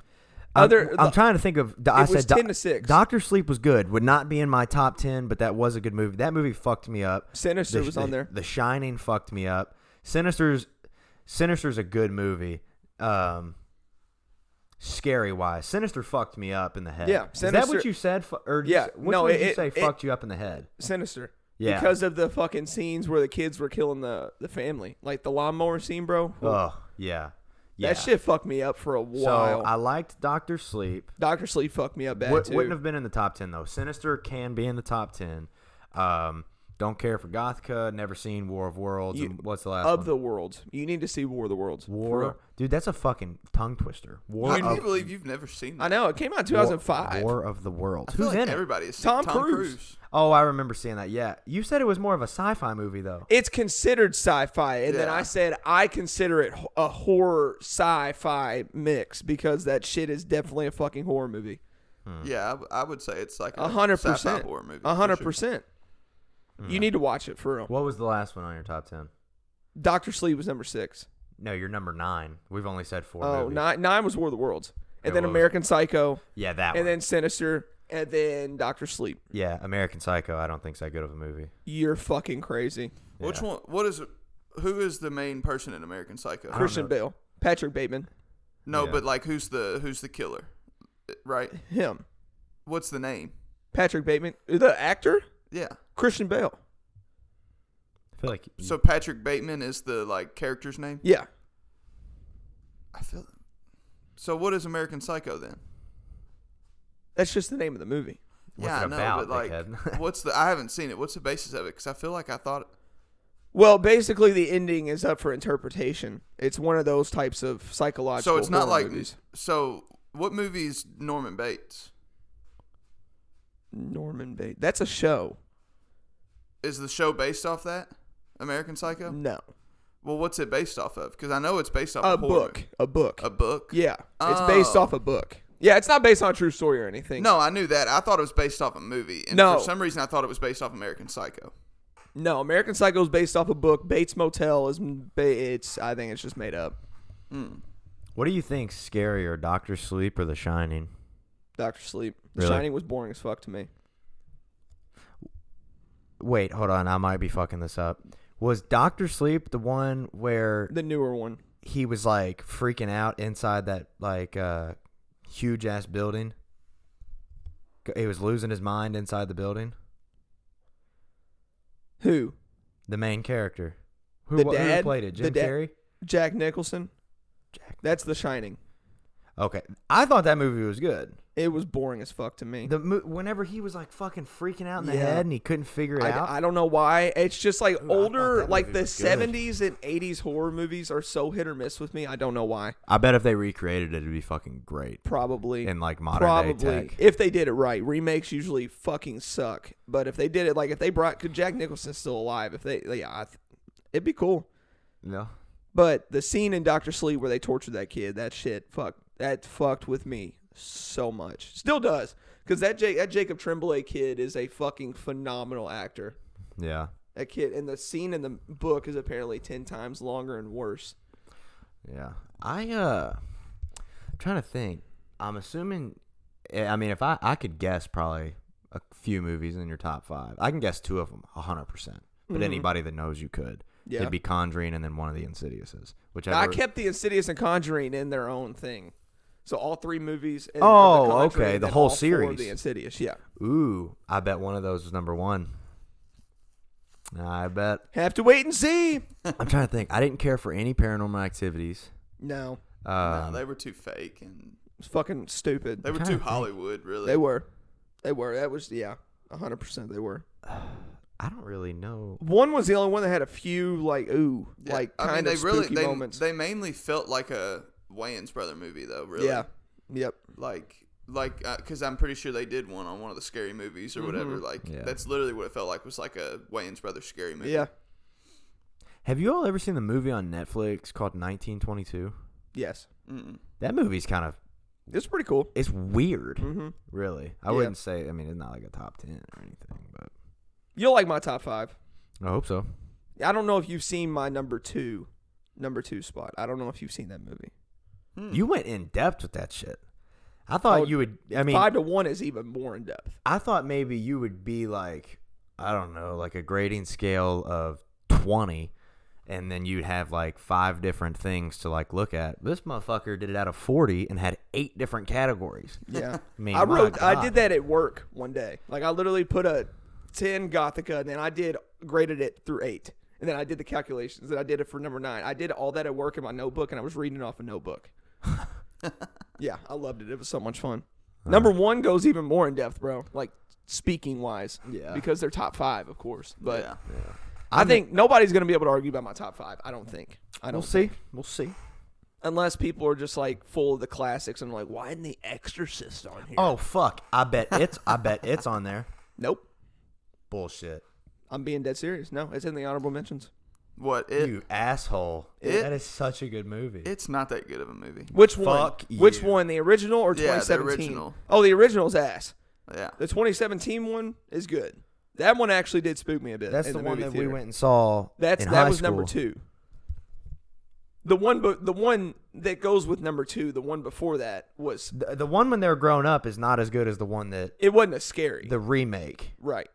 Speaker 2: I'm,
Speaker 1: Other
Speaker 2: Um, I'm trying to think of. I
Speaker 1: was
Speaker 2: said
Speaker 1: 10 to 6.
Speaker 2: Doctor Sleep was good. Would not be in my top ten, but that was a good movie. That movie fucked me up.
Speaker 1: Sinister
Speaker 2: The-
Speaker 1: was on there.
Speaker 2: The Shining fucked me up. Sinister's Sinister's a good movie. Um, scary wise, Sinister fucked me up in the head.
Speaker 1: Yeah,
Speaker 2: is that what
Speaker 1: Sinister-
Speaker 2: you said? Fu- Or
Speaker 1: Yeah,
Speaker 2: yeah, which
Speaker 1: no,
Speaker 2: one
Speaker 1: it-
Speaker 2: did you
Speaker 1: it-
Speaker 2: say
Speaker 1: it-
Speaker 2: fucked you up in the head?
Speaker 1: Sinister.
Speaker 2: Yeah.
Speaker 1: Because of the fucking scenes where the kids were killing the, the family. Like the lawnmower scene, bro.
Speaker 2: Oh yeah, yeah.
Speaker 1: That shit fucked me up for a
Speaker 2: So
Speaker 1: while.
Speaker 2: I liked Doctor Sleep.
Speaker 1: Doctor Sleep fucked me up bad
Speaker 2: Would,
Speaker 1: too.
Speaker 2: wouldn't have been in the top ten though. Sinister can be in the top ten. Um, don't care for Gothica. Never seen War of Worlds.
Speaker 1: You-
Speaker 2: and what's the last
Speaker 1: of
Speaker 2: one?
Speaker 1: the world. You need to see War of the Worlds. for real.
Speaker 2: War, dude. That's a fucking tongue twister. War
Speaker 3: I
Speaker 2: of
Speaker 3: can't believe you've never seen
Speaker 1: I
Speaker 3: that.
Speaker 1: know it came out in
Speaker 2: War-
Speaker 1: 2005.
Speaker 2: War of the Worlds.
Speaker 3: I feel
Speaker 2: Who's
Speaker 3: like
Speaker 2: in it?
Speaker 3: everybody is
Speaker 1: Tom
Speaker 3: Tom,
Speaker 1: Cruise.
Speaker 3: Cruise.
Speaker 2: Oh, I remember seeing that. Yeah, you said it was more of a sci-fi movie though.
Speaker 1: It's considered sci-fi, and then
Speaker 3: Yeah.
Speaker 1: I said I consider it h- a horror sci-fi mix because that shit is definitely a fucking horror movie.
Speaker 3: Yeah, I w- I, would say it's like
Speaker 1: A
Speaker 3: a
Speaker 1: hundred
Speaker 3: sci-fi
Speaker 1: percent.
Speaker 3: horror movie.
Speaker 1: A hundred
Speaker 3: for sure.
Speaker 1: percent.
Speaker 2: Mm.
Speaker 1: You need to watch it for real.
Speaker 2: What was the last one on your top ten?
Speaker 1: Doctor Sleep was number six.
Speaker 2: No, you're number nine. We've only said four.
Speaker 1: Oh,
Speaker 2: movies.
Speaker 1: nine, nine was War of the Worlds, and
Speaker 2: It
Speaker 1: then
Speaker 2: was.
Speaker 1: American Psycho,
Speaker 2: Yeah, that one.
Speaker 1: and then Sinister, and then Doctor Sleep.
Speaker 2: yeah, American Psycho. I don't think's that good of a movie.
Speaker 1: You're fucking crazy.
Speaker 3: Which
Speaker 2: Yeah.
Speaker 3: one? What is? Who is the main person in American Psycho?
Speaker 2: I don't
Speaker 1: Christian
Speaker 2: know.
Speaker 1: Bale, Patrick Bateman,
Speaker 3: no,
Speaker 2: Yeah.
Speaker 3: but like who's the who's the killer? Right?
Speaker 1: him,
Speaker 3: What's the name?
Speaker 1: Patrick Bateman, the actor,
Speaker 3: Yeah.
Speaker 1: Christian Bale.
Speaker 2: I feel like
Speaker 3: So Patrick Bateman is the like character's name.
Speaker 1: Yeah,
Speaker 3: I feel. So what is American Psycho then?
Speaker 1: that's just the name of the movie.
Speaker 2: What's
Speaker 3: yeah,
Speaker 2: it
Speaker 3: I know,
Speaker 2: about,
Speaker 3: but like,
Speaker 2: dickhead?
Speaker 3: what's the? I haven't seen it. What's the basis of it? Because I feel like I thought.
Speaker 1: Well, basically, the ending is up for interpretation. It's one of those types of psychological.
Speaker 3: So it's not
Speaker 1: horror
Speaker 3: like.
Speaker 1: movies.
Speaker 3: So what movie is Norman Bates?
Speaker 1: Norman Bates. That's a show.
Speaker 3: Is the show based off that? American Psycho.
Speaker 1: No,
Speaker 3: Well, what's it based off of? Because I know it's based off
Speaker 1: a
Speaker 3: of horror
Speaker 1: book.
Speaker 3: movie.
Speaker 1: A book.
Speaker 3: A book.
Speaker 1: yeah, it's based
Speaker 3: Oh.
Speaker 1: off a book. Yeah, it's not based on a true story or anything.
Speaker 3: No, I knew that. I thought it was based off a movie. And
Speaker 1: No.
Speaker 3: for some reason, I thought it was based off American Psycho.
Speaker 1: no. American Psycho is based off a book. Bates Motel is. m- ba- It's. I think it's just made up.
Speaker 3: Hmm.
Speaker 2: What do you think scarier, Doctor Sleep or The Shining?
Speaker 1: Doctor Sleep. The
Speaker 2: Really?
Speaker 1: Shining was boring as fuck to me.
Speaker 2: Wait, hold on, I might be fucking this up. Was Doctor Sleep the one where
Speaker 1: The newer one.
Speaker 2: he was like freaking out inside that like uh, huge ass building. He was losing his mind inside the building.
Speaker 1: Who?
Speaker 2: The main character, who,
Speaker 1: The
Speaker 2: wa- who
Speaker 1: dad?
Speaker 2: played it,
Speaker 1: The
Speaker 2: Jim
Speaker 1: dad?
Speaker 2: Carrey.
Speaker 1: Jack Nicholson.
Speaker 2: Jack
Speaker 1: That's The Shining.
Speaker 2: Okay, I thought that movie was good.
Speaker 1: It was boring as fuck to me.
Speaker 2: The mo- whenever he was like fucking freaking out in the
Speaker 1: Yeah.
Speaker 2: head and he couldn't figure it out.
Speaker 1: I, I don't know why. It's just like
Speaker 2: thought
Speaker 1: older,
Speaker 2: that
Speaker 1: like
Speaker 2: movie
Speaker 1: the
Speaker 2: was good.
Speaker 1: seventies and eighties horror movies are so hit or miss with me. I don't know why.
Speaker 2: I bet if they recreated it, it'd be fucking great
Speaker 1: Probably.
Speaker 2: in like modern
Speaker 1: Probably,
Speaker 2: day tech.
Speaker 1: if they did it right, remakes usually fucking suck. But if they did it, like if they brought, could Jack Nicholson's still alive? If they, yeah, I th- it'd be cool.
Speaker 2: no,
Speaker 1: But the scene in Doctor Sleep where they tortured that kid, that shit, fuck, that fucked with me so much. Still does, because that Jake, that Jacob Tremblay kid is a fucking phenomenal actor.
Speaker 2: yeah,
Speaker 1: That kid, and the scene in the book is apparently ten times longer and worse.
Speaker 2: yeah. I uh, I'm trying to think. I'm assuming. eh, I mean, if I I could guess probably a few movies in your top five. I can guess two of them, hundred percent. But anybody that knows you could,
Speaker 1: Mm-hmm. Yeah.
Speaker 2: it'd be Conjuring and then one of the Insidiouses, which
Speaker 1: I kept the Insidious and Conjuring in their own thing. So all three movies. And,
Speaker 2: Oh,
Speaker 1: The Conjuring,
Speaker 2: okay, the
Speaker 1: then
Speaker 2: whole
Speaker 1: all four of
Speaker 2: series.
Speaker 1: the Insidious, yeah.
Speaker 2: Ooh, I bet one of those was number one. I bet.
Speaker 1: Have to wait and see.
Speaker 2: I'm trying to think. I didn't care for any paranormal activities.
Speaker 1: No,
Speaker 2: Um,
Speaker 3: no, they were too fake and
Speaker 1: it's fucking stupid.
Speaker 3: they were
Speaker 2: trying to
Speaker 3: too
Speaker 2: think.
Speaker 3: Hollywood, really.
Speaker 1: They were, they were. That was yeah, hundred percent. They were.
Speaker 2: I don't really know.
Speaker 1: One was the only one that had a few like ooh,
Speaker 3: Yeah,
Speaker 1: like
Speaker 3: I
Speaker 1: kind
Speaker 3: mean, they
Speaker 1: of
Speaker 3: really
Speaker 1: spooky
Speaker 3: they,
Speaker 1: moments.
Speaker 3: they mainly felt like a Wayans brother movie, though. Really,
Speaker 1: Yeah, yep.
Speaker 3: Like, like, because I'm pretty sure they did one on one of the scary movies or
Speaker 1: Mm-hmm.
Speaker 3: whatever. Like,
Speaker 2: Yeah.
Speaker 3: that's literally what it felt like was like a Wayans brother scary movie.
Speaker 1: Yeah.
Speaker 2: Have you all ever seen the movie on Netflix called 1922?
Speaker 1: Yes.
Speaker 3: Mm-mm.
Speaker 2: That movie's kind of
Speaker 1: It's pretty cool.
Speaker 2: it's weird,
Speaker 1: hmm
Speaker 2: really. I
Speaker 1: Yeah.
Speaker 2: wouldn't say. I mean, it's not like a top ten or anything, but
Speaker 1: You'll like my top five.
Speaker 2: I hope so.
Speaker 1: I don't know if you've seen my number two, number two spot. I don't know if you've seen that movie.
Speaker 3: Hmm.
Speaker 2: You went in depth with that shit. I thought
Speaker 1: Oh,
Speaker 2: you would. I mean,
Speaker 1: five to one is even more in depth.
Speaker 2: I thought maybe you would be like, I don't know, like a grading scale of 20, and then you'd have like five different things to like look at. This motherfucker did it out of 40 and had eight different categories.
Speaker 1: Yeah.
Speaker 2: I mean,
Speaker 1: I
Speaker 2: my
Speaker 1: wrote. I
Speaker 2: God.
Speaker 1: did that at work one day. Like I literally put a ten Gothica, and then I did graded it through eight, and then I did the calculations, and I did it for number nine. I did all that at work in my notebook, and I was reading off a notebook. yeah, I loved it. It was so much fun. Number one goes even more in depth, bro. Like speaking wise,
Speaker 2: Yeah.
Speaker 1: because they're top five, of course. But
Speaker 3: yeah.
Speaker 1: I think nobody's gonna be able to argue about my top five. I don't think. I don't
Speaker 2: We'll see. We'll see.
Speaker 1: unless people are just like full of the classics and like, why isn't The Exorcist on here?
Speaker 2: Oh fuck! I bet it's. I bet it's on there.
Speaker 1: nope.
Speaker 2: Bullshit.
Speaker 1: I'm being dead serious. No, it's in the honorable mentions.
Speaker 3: What it?
Speaker 2: you asshole.
Speaker 3: It-
Speaker 2: that is such a good movie.
Speaker 3: It's not that good of a movie.
Speaker 1: Which one?
Speaker 2: Fuck
Speaker 1: Which
Speaker 2: you.
Speaker 1: one? The original or
Speaker 3: Yeah, the
Speaker 1: 2017?
Speaker 3: original.
Speaker 1: Oh, the original's ass.
Speaker 3: Yeah.
Speaker 1: The 2017 one is good. That one actually did spook me a bit.
Speaker 2: That's
Speaker 1: in
Speaker 2: the,
Speaker 1: the,
Speaker 2: one
Speaker 1: movie
Speaker 2: that we
Speaker 1: theater.
Speaker 2: went and saw.
Speaker 1: That's
Speaker 2: in
Speaker 1: that
Speaker 2: high
Speaker 1: was number
Speaker 2: school.
Speaker 1: two. The one, but the one that goes with number two, the one before that was
Speaker 2: The, the one when they're grown up is not as good as the one that
Speaker 1: it wasn't as scary,
Speaker 2: the remake.
Speaker 1: right?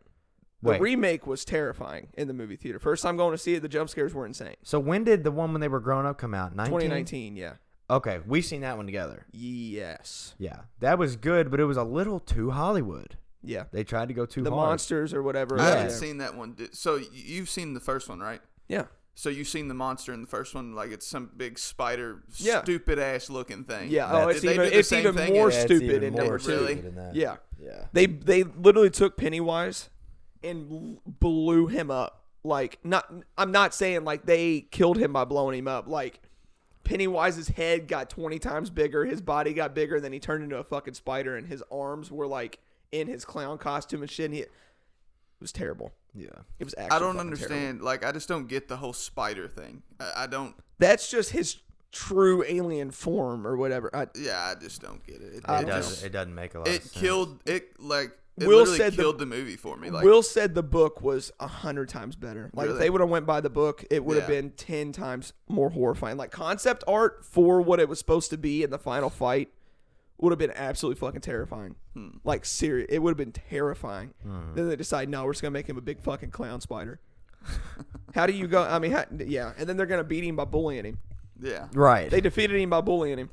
Speaker 1: The
Speaker 2: Wait.
Speaker 1: remake was terrifying in the movie theater. First time going to see it, the jump scares were insane.
Speaker 2: So when did the one when they were grown up come out? 19?
Speaker 1: 2019, yeah,
Speaker 2: Okay, we seen that one together.
Speaker 1: yes,
Speaker 2: Yeah, that was good, but it was a little too Hollywood.
Speaker 1: yeah.
Speaker 2: They tried to go too
Speaker 1: The
Speaker 2: hard.
Speaker 1: monsters or whatever.
Speaker 3: I
Speaker 2: Yeah.
Speaker 3: haven't seen that one. Did- So y- you've seen the first one, right?
Speaker 1: Yeah.
Speaker 3: So you've seen the monster in the first one, like it's some big spider,
Speaker 1: Yeah.
Speaker 3: stupid ass looking thing.
Speaker 1: Yeah,
Speaker 2: That-
Speaker 1: oh, it's
Speaker 3: Did they
Speaker 1: even,
Speaker 3: do the
Speaker 1: it's
Speaker 3: same
Speaker 1: even
Speaker 3: thing
Speaker 1: more
Speaker 3: in-
Speaker 2: Yeah, it's
Speaker 1: stupid
Speaker 2: even
Speaker 1: in
Speaker 2: more
Speaker 1: number
Speaker 3: stupid.
Speaker 1: two.
Speaker 3: Really?
Speaker 2: than that.
Speaker 1: Yeah,
Speaker 2: yeah.
Speaker 1: they they literally took Pennywise and l- blew him up. Like, not I'm not saying like they killed him by blowing him up. Like, Pennywise's head got 20 times bigger, his body got bigger, and then he turned into a fucking spider, and his arms were like in his clown costume and shit. And he, it was terrible.
Speaker 2: Yeah.
Speaker 1: It was. Actually
Speaker 3: I don't
Speaker 1: fucking terrible.
Speaker 3: understand. Like, I just don't get the whole spider thing. I, I don't.
Speaker 1: That's just his true alien form or whatever. I,
Speaker 3: Yeah, I just don't get it. It,
Speaker 1: I
Speaker 2: It
Speaker 3: it
Speaker 1: don't-
Speaker 2: doesn't.
Speaker 3: just
Speaker 2: It doesn't make a lot. of
Speaker 3: it
Speaker 2: sense.
Speaker 3: killed it. Like it
Speaker 1: Will
Speaker 3: literally
Speaker 1: said the-
Speaker 3: killed the, movie for me. Like
Speaker 1: Will said the book was a hundred times better. Like if
Speaker 3: Really?
Speaker 1: they would have went by the book, it would have
Speaker 3: Yeah.
Speaker 1: been ten times more horrifying. Like concept art for what it was supposed to be in the final fight would have been absolutely fucking terrifying.
Speaker 3: Hmm.
Speaker 1: Like serious, it would have been terrifying. Then they decide, no, we're just gonna make him a big fucking clown spider. how do you go? I mean, how, yeah, and then they're gonna beat him by bullying him.
Speaker 3: Yeah.
Speaker 2: Right.
Speaker 1: They defeated him by bullying him.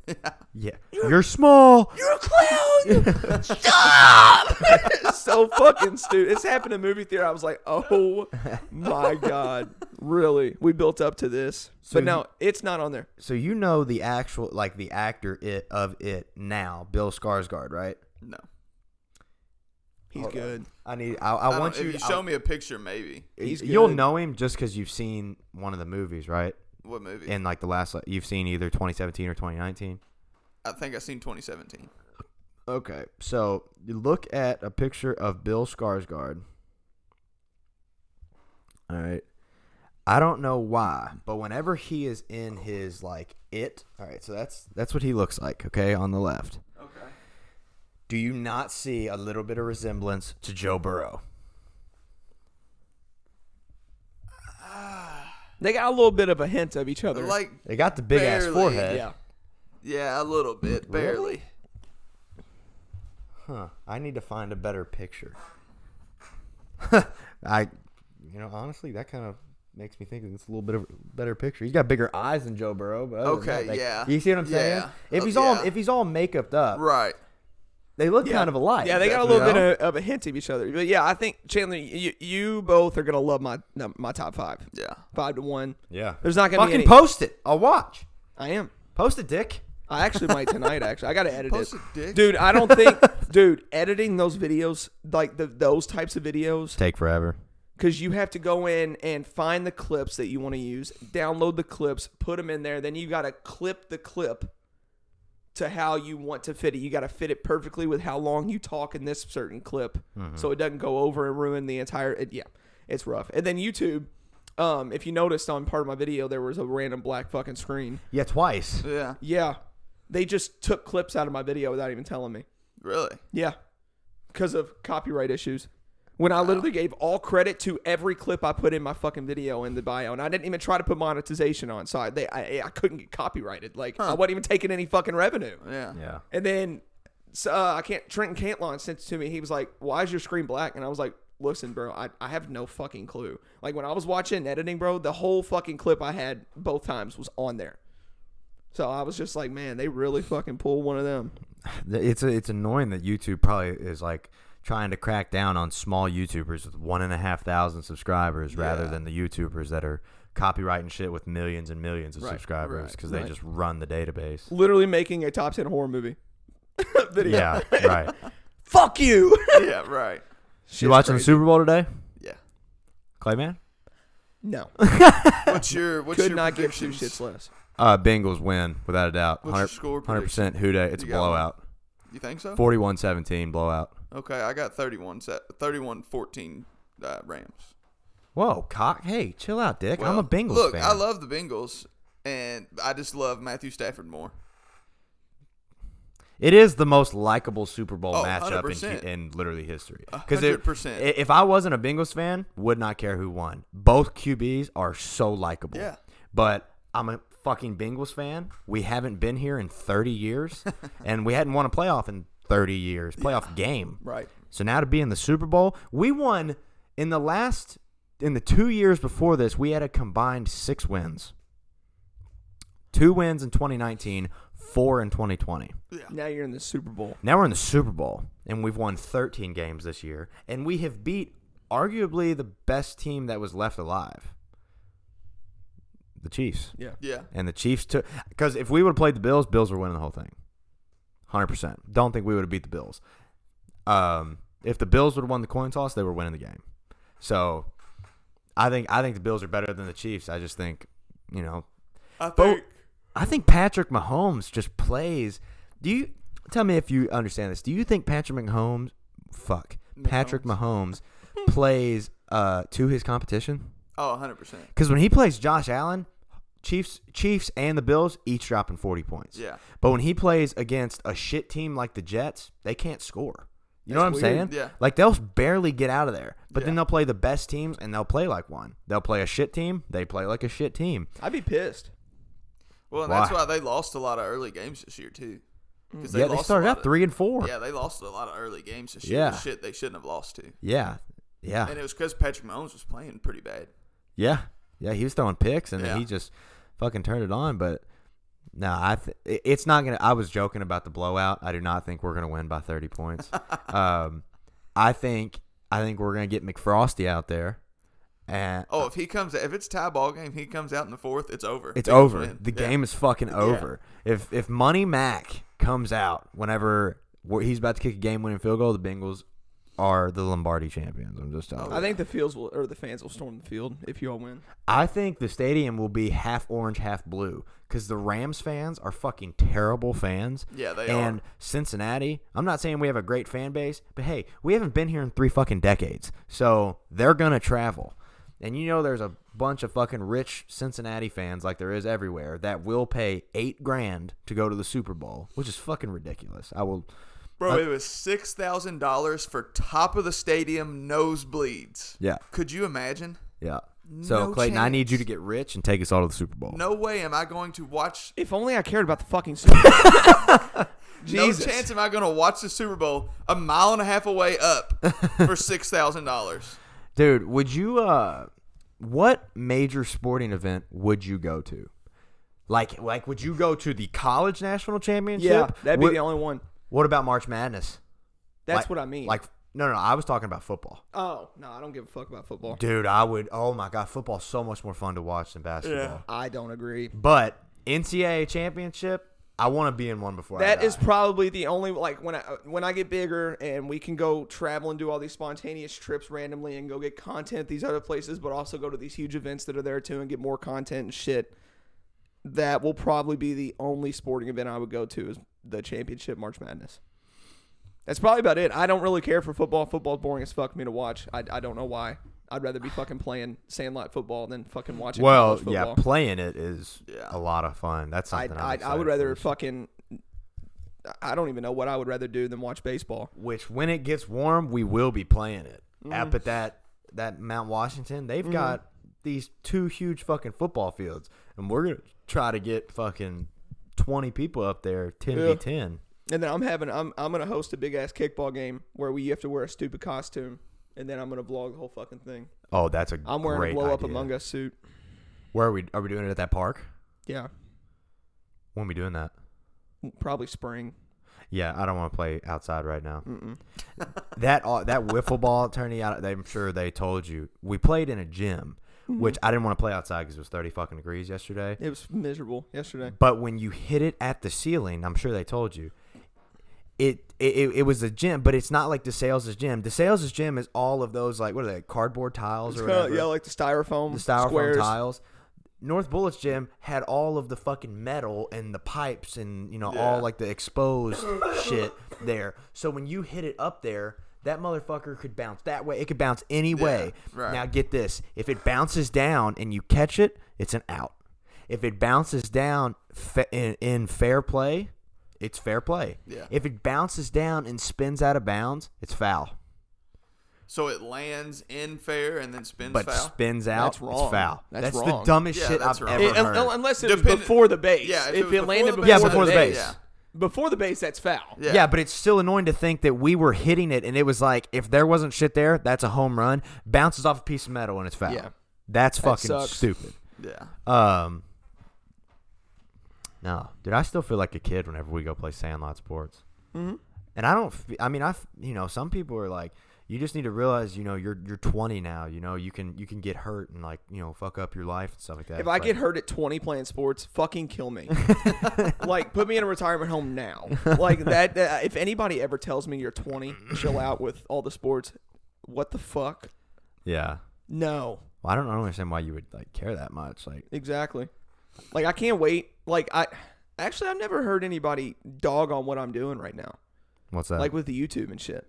Speaker 2: yeah. You're small.
Speaker 1: You're a clown. Stop. so fucking stupid. It's happened in movie theater. I was like, oh my god, really? We built up to this, but no, it's not on there.
Speaker 2: So you know the actual like the actor it of it now, Bill Skarsgård, right?
Speaker 3: No.
Speaker 1: He's
Speaker 2: Hold on.
Speaker 1: good.
Speaker 2: I need. I,
Speaker 3: I,
Speaker 2: I,
Speaker 3: want
Speaker 2: want
Speaker 3: if you,
Speaker 2: you.
Speaker 3: show me a picture, maybe.
Speaker 2: I-
Speaker 1: He's
Speaker 2: you'll
Speaker 1: good.
Speaker 2: know him just because you've seen one of the movies, right?
Speaker 3: What movie?
Speaker 2: In like the last, like, you've seen either 2017 or 2019.
Speaker 3: I think I seen 2017.
Speaker 2: Okay, so you look at a picture of Bill Skarsgård. All right. I don't know why, but whenever he is in his like it, all right, so that's that's what he looks like, okay, on the left.
Speaker 3: Okay.
Speaker 2: Do you not see a little bit of resemblance to Joe Burrow?
Speaker 1: They got a little bit of a hint of each other.
Speaker 3: Like,
Speaker 2: They got the big ass
Speaker 3: Barely,
Speaker 2: forehead.
Speaker 1: yeah.
Speaker 3: yeah, a little bit, barely.
Speaker 2: Huh. I need to find a better picture. I, you know, honestly, that kind of makes me think it's a little bit of a better picture. He's got bigger eyes than Joe Burrow, but other than
Speaker 3: Okay,
Speaker 2: that, they-
Speaker 3: yeah.
Speaker 2: you see what I'm saying?
Speaker 3: Yeah.
Speaker 2: If
Speaker 3: Uh,
Speaker 2: he's all
Speaker 3: yeah.
Speaker 2: if he's all makeuped up,
Speaker 3: Right.
Speaker 2: they look
Speaker 1: Yeah.
Speaker 2: kind of alike.
Speaker 1: Yeah, they got a little
Speaker 2: you
Speaker 1: bit
Speaker 2: know?
Speaker 1: of, of a hint of each other. But yeah, I think Chandler, you, you both are gonna love my no, my top five,
Speaker 3: Yeah.
Speaker 1: five to one.
Speaker 2: yeah.
Speaker 1: There's not gonna be
Speaker 2: fucking
Speaker 1: any-
Speaker 2: post it. I'll watch.
Speaker 1: I am.
Speaker 2: Post it, Dick.
Speaker 1: I actually might tonight. Actually, I gotta edit
Speaker 3: Post
Speaker 1: it,
Speaker 3: it, dick.
Speaker 1: dude. I don't think, dude, editing those videos, like the, those types of videos,
Speaker 2: Take forever.
Speaker 1: because you have to go in and find the clips that you want to use, download the clips, put them in there, then you gotta clip the clip to how you want to fit it. You gotta fit it perfectly with how long you talk in this certain clip,
Speaker 3: Mm-hmm.
Speaker 1: so it doesn't go over and ruin the entire. It, yeah, it's rough. And then YouTube. Um, if you noticed on part of my video, there was a random black fucking screen.
Speaker 2: Yeah, twice.
Speaker 3: Yeah.
Speaker 1: Yeah. They just took clips out of my video without even telling me.
Speaker 3: Really?
Speaker 1: Yeah. Because of copyright issues. When I literally gave all credit to every clip I put in my fucking video in the bio, and I didn't even try to put monetization on, so I they, I, I couldn't get copyrighted. Like I wasn't even taking any fucking revenue.
Speaker 3: Yeah.
Speaker 2: Yeah.
Speaker 1: And then so, uh, I can't Trenton Cantlon sent it to me. He was like, "Why is your screen black?" And I was like, "Listen, bro, I, I have no fucking clue. Like when I was watching editing, bro, the whole fucking clip I had both times was on there. So I was just like, man, they really fucking pulled one of them.
Speaker 2: Th- It's it's annoying that YouTube probably is like trying to crack down on small YouTubers with one and a half thousand subscribers rather
Speaker 3: Yeah.
Speaker 2: than the YouTubers that are copywriting shit with millions and millions of subscribers
Speaker 3: right,
Speaker 2: because
Speaker 1: right.
Speaker 2: they just run the database.
Speaker 1: Literally making a top ten horror movie video.
Speaker 2: Yeah, right.
Speaker 1: Fuck you.
Speaker 3: Yeah, right.
Speaker 2: you watching the
Speaker 1: crazy.
Speaker 2: Super Bowl today,
Speaker 3: Yeah.
Speaker 2: Clayman?
Speaker 1: no,
Speaker 3: What's your what's
Speaker 1: could
Speaker 3: your
Speaker 1: not give two
Speaker 3: predictions?
Speaker 1: shits less.
Speaker 2: Uh, Bengals win without a doubt.
Speaker 3: What's your score
Speaker 2: Hundred percent. Who day? It's a
Speaker 3: You got one?
Speaker 2: blowout.
Speaker 3: You think so?
Speaker 2: 41-17 blowout.
Speaker 3: Okay, I got 31 set 31 14 uh, Rams.
Speaker 2: Whoa, cock! Hey, chill out, Dick. I'm
Speaker 3: Well,
Speaker 2: a Bengals
Speaker 3: Look,
Speaker 2: fan.
Speaker 3: I love the Bengals and I just love Matthew Stafford more.
Speaker 2: It is the most likable Super Bowl
Speaker 3: Oh,
Speaker 2: matchup in,
Speaker 3: 100%.
Speaker 2: in literally history.
Speaker 3: hundred percent.
Speaker 2: i- if I wasn't a Bengals fan, would not care who won. Both QBs are so likable.
Speaker 3: Yeah.
Speaker 2: But I'm a fucking Bengals fan. We haven't been here in 30 years, and we hadn't won a playoff in 30 years, playoff game.
Speaker 1: Right.
Speaker 2: So now to be in the Super Bowl, we won in the last in the two years before this, we had a combined six wins. Two wins in 2019, four in 2020.
Speaker 1: Now you're in the Super Bowl.
Speaker 2: Now we're in the Super Bowl, and we've won 13 games this year, and we have beat arguably the best team that was left alive the Chiefs.
Speaker 1: Yeah.
Speaker 3: Yeah.
Speaker 2: And the Chiefs took. Because if we would have played the Bills, Bills were winning the whole thing. 100%. Don't think we would have beat the Bills. Um, if the Bills would have won the coin toss, they were winning the game. So. I think I think the Bills are better than the Chiefs. I just think, you know,
Speaker 3: I
Speaker 2: Bo-
Speaker 3: think
Speaker 2: I think Patrick Mahomes just plays. Do you tell me if you understand this? Do you think Patrick Mahomes, fuck, Patrick Mahomes plays uh, to his competition?
Speaker 3: oh, 100%.
Speaker 2: Because when he plays Josh Allen, Chiefs, Chiefs, and the Bills each dropping forty points.
Speaker 3: Yeah.
Speaker 2: But when he plays against a shit team like the Jets, they can't score. You know what I'm
Speaker 1: That's
Speaker 2: saying?
Speaker 1: weird.
Speaker 3: Yeah.
Speaker 2: Like they'll barely get out of there. But then
Speaker 3: Yeah.
Speaker 2: they'll play the best teams and they'll play like one. They'll play a shit team. They play like a shit team.
Speaker 1: I'd be pissed.
Speaker 3: Well, and that's
Speaker 2: Why?
Speaker 3: why they lost a lot of early games this year too. 'Cause
Speaker 2: yeah,
Speaker 3: lost
Speaker 2: they
Speaker 3: a
Speaker 2: started
Speaker 3: lot
Speaker 2: out
Speaker 3: of-
Speaker 2: three and four.
Speaker 3: Yeah, they lost a lot of early games this year.
Speaker 2: Yeah. Ah.
Speaker 3: the Shit, they shouldn't have lost to.
Speaker 2: Yeah. Yeah.
Speaker 3: And it was because Patrick Mahomes was playing pretty bad.
Speaker 2: Yeah. Yeah. He was throwing picks and then
Speaker 3: Yeah.
Speaker 2: he just fucking turned it on. But No, I th- it- it's not gonna. I was joking about the blowout. I do not think we're gonna win by thirty points. um, I think I think we're gonna get McFrosty out there, and
Speaker 3: Oh, if he comes, if it's tie ball game, he comes out in the fourth. It's over.
Speaker 2: it's
Speaker 3: They just
Speaker 2: over.
Speaker 3: win.
Speaker 2: The
Speaker 3: Yeah.
Speaker 2: game is fucking over. If if Money Mac comes out whenever we're- he's about to kick a game winning field goal, the Bengals are the Lombardi champions. I'm just
Speaker 3: Oh,
Speaker 2: telling. you.
Speaker 1: I think the fields will or the fans will storm the field if you all win.
Speaker 2: I think the stadium will be half orange, half blue because the Rams fans are fucking terrible fans.
Speaker 3: Yeah, they
Speaker 2: and
Speaker 3: are.
Speaker 2: Cincinnati, I'm not saying we have a great fan base, but hey, we haven't been here in three fucking decades. So they're going to travel. And you know, there's a bunch of fucking rich Cincinnati fans, like there is everywhere, that will pay eight grand to go to the Super Bowl, which is fucking ridiculous. I will.
Speaker 3: Bro, it was six thousand dollars for top of the stadium nosebleeds.
Speaker 2: Yeah.
Speaker 3: Could you imagine?
Speaker 2: Yeah. So,
Speaker 3: No
Speaker 2: Clayton, I need you to
Speaker 3: chance.
Speaker 2: get rich and take us all to the Super Bowl.
Speaker 3: No way am I going to watch.
Speaker 1: If only I cared about the fucking Super Bowl. Jesus.
Speaker 3: No chance am I going to watch the Super Bowl a mile and a half away up for six thousand dollars.
Speaker 2: Dude, would you uh what major sporting event would you go to? Like like would you go to the college national championship?
Speaker 1: Yeah, that'd be
Speaker 2: what,
Speaker 1: the only one.
Speaker 2: what about March Madness?
Speaker 1: That's
Speaker 2: Like-
Speaker 1: what I mean.
Speaker 2: Like no, no, I was talking about football.
Speaker 1: oh no, I don't give a fuck about football.
Speaker 2: Dude, I would oh my god, football's so much more fun to watch than basketball.
Speaker 1: I don't agree.
Speaker 2: But NCAA championship, I want to be in one before I
Speaker 1: That
Speaker 2: die.
Speaker 1: is probably the only like when I when I get bigger and we can go travel and do all these spontaneous trips randomly and go get content at these other places, but also go to these huge events that are there too and get more content and shit. That will probably be the only sporting event I would go to is the championship March Madness. That's probably about it. I don't really care for football. Football's boring as fuck for me to watch. I, I don't know why. I'd rather be fucking playing sandlot football than fucking watching.
Speaker 2: well,
Speaker 1: college
Speaker 2: yeah,
Speaker 1: football.
Speaker 2: playing it is
Speaker 3: Yeah.
Speaker 2: a lot of fun. That's
Speaker 1: I,
Speaker 2: something I'm
Speaker 1: I, I
Speaker 2: excited
Speaker 1: would rather
Speaker 2: for.
Speaker 1: fucking. I don't even know what I would rather do than watch baseball.
Speaker 2: which when it gets warm, we will be playing it.
Speaker 1: Mm.
Speaker 2: Up at that that Mount Washington, they've
Speaker 1: Mm-hmm.
Speaker 2: got these two huge fucking football fields, and we're gonna try to get fucking twenty people up there, ten
Speaker 1: Yeah.
Speaker 2: v ten.
Speaker 1: And then I'm having I'm I'm gonna host a big ass kickball game where we you have to wear a stupid costume, and then I'm gonna vlog the whole fucking thing.
Speaker 2: Oh, that's a
Speaker 1: I'm wearing
Speaker 2: great
Speaker 1: a blow up
Speaker 2: idea.
Speaker 1: Among Us suit.
Speaker 2: Where are we? Are we doing it at that park?
Speaker 1: Yeah,
Speaker 2: When we doing that?
Speaker 1: probably spring.
Speaker 2: Yeah, I don't want to play outside right now. that uh, that wiffle ball tourney, I- I'm sure they told you we played in a gym,
Speaker 1: Mm-hmm.
Speaker 2: which I didn't want to play outside because it was 30 fucking degrees yesterday.
Speaker 1: It was miserable yesterday.
Speaker 2: But when you hit it at the ceiling, I'm sure they told you. It it, it, it was a gym, but it's not like DeSales' gym. DeSales' gym is all of those like what are they cardboard tiles
Speaker 1: It's
Speaker 2: or
Speaker 1: kinda,
Speaker 2: whatever
Speaker 1: yeah, like the styrofoam,
Speaker 2: the styrofoam
Speaker 1: squares.
Speaker 2: tiles. North Bullets Gym had all of the fucking metal and the pipes and you know all like the exposed shit there. So when you hit it up there, that motherfucker could bounce that way. It could bounce any way.
Speaker 3: right.
Speaker 2: Now get this: if it bounces down and you catch it, it's an out. If it bounces down fa- in, in fair play, it's fair play.
Speaker 3: Yeah.
Speaker 2: If it bounces down and spins out of bounds, it's foul.
Speaker 3: So it lands in fair and then spins
Speaker 2: but
Speaker 3: foul.
Speaker 2: spins out,
Speaker 1: That's wrong.
Speaker 2: it's foul.
Speaker 1: That's
Speaker 2: That's, the
Speaker 1: wrong.
Speaker 2: dumbest
Speaker 3: Yeah,
Speaker 2: shit
Speaker 3: that's
Speaker 2: I've
Speaker 3: wrong.
Speaker 2: ever
Speaker 1: It-
Speaker 2: heard.
Speaker 1: un- unless it was
Speaker 3: Depend-
Speaker 1: before the base.
Speaker 3: Yeah,
Speaker 1: if,
Speaker 3: if it was
Speaker 1: it,
Speaker 3: before
Speaker 1: landed
Speaker 3: the
Speaker 1: before,
Speaker 3: base,
Speaker 2: Yeah, before the base.
Speaker 3: yeah.
Speaker 1: Before the base, that's foul.
Speaker 2: yeah.
Speaker 3: Yeah.
Speaker 2: but it's still annoying to think that we were hitting it, and it was like if there wasn't shit there, that's a home run. Bounces off a piece of metal and it's foul.
Speaker 1: Yeah.
Speaker 2: that's fucking
Speaker 1: sucks.
Speaker 2: stupid.
Speaker 3: Yeah.
Speaker 2: Um, no, dude, I still feel like a kid whenever we go play Sandlot sports. Mm-hmm. And I don't. f- I mean, I. f- You know, some people are like, you just need to realize, you know, you're you're 20 now. You know, you can you can get hurt and like you know fuck up your life and stuff like that.
Speaker 1: If I
Speaker 2: But-
Speaker 1: get hurt at 20 playing sports, fucking kill me. like, put me in a retirement home now. Like that. that- if anybody ever tells me you're 20, chill out with all the sports. What the fuck?
Speaker 2: yeah.
Speaker 1: No,
Speaker 2: Well, I don't, I don't understand why you would like care that much. Like,
Speaker 1: exactly. Like I can't wait. Like I actually I've never heard anybody dog on what I'm doing right now.
Speaker 2: what's that?
Speaker 1: Like with the YouTube and shit.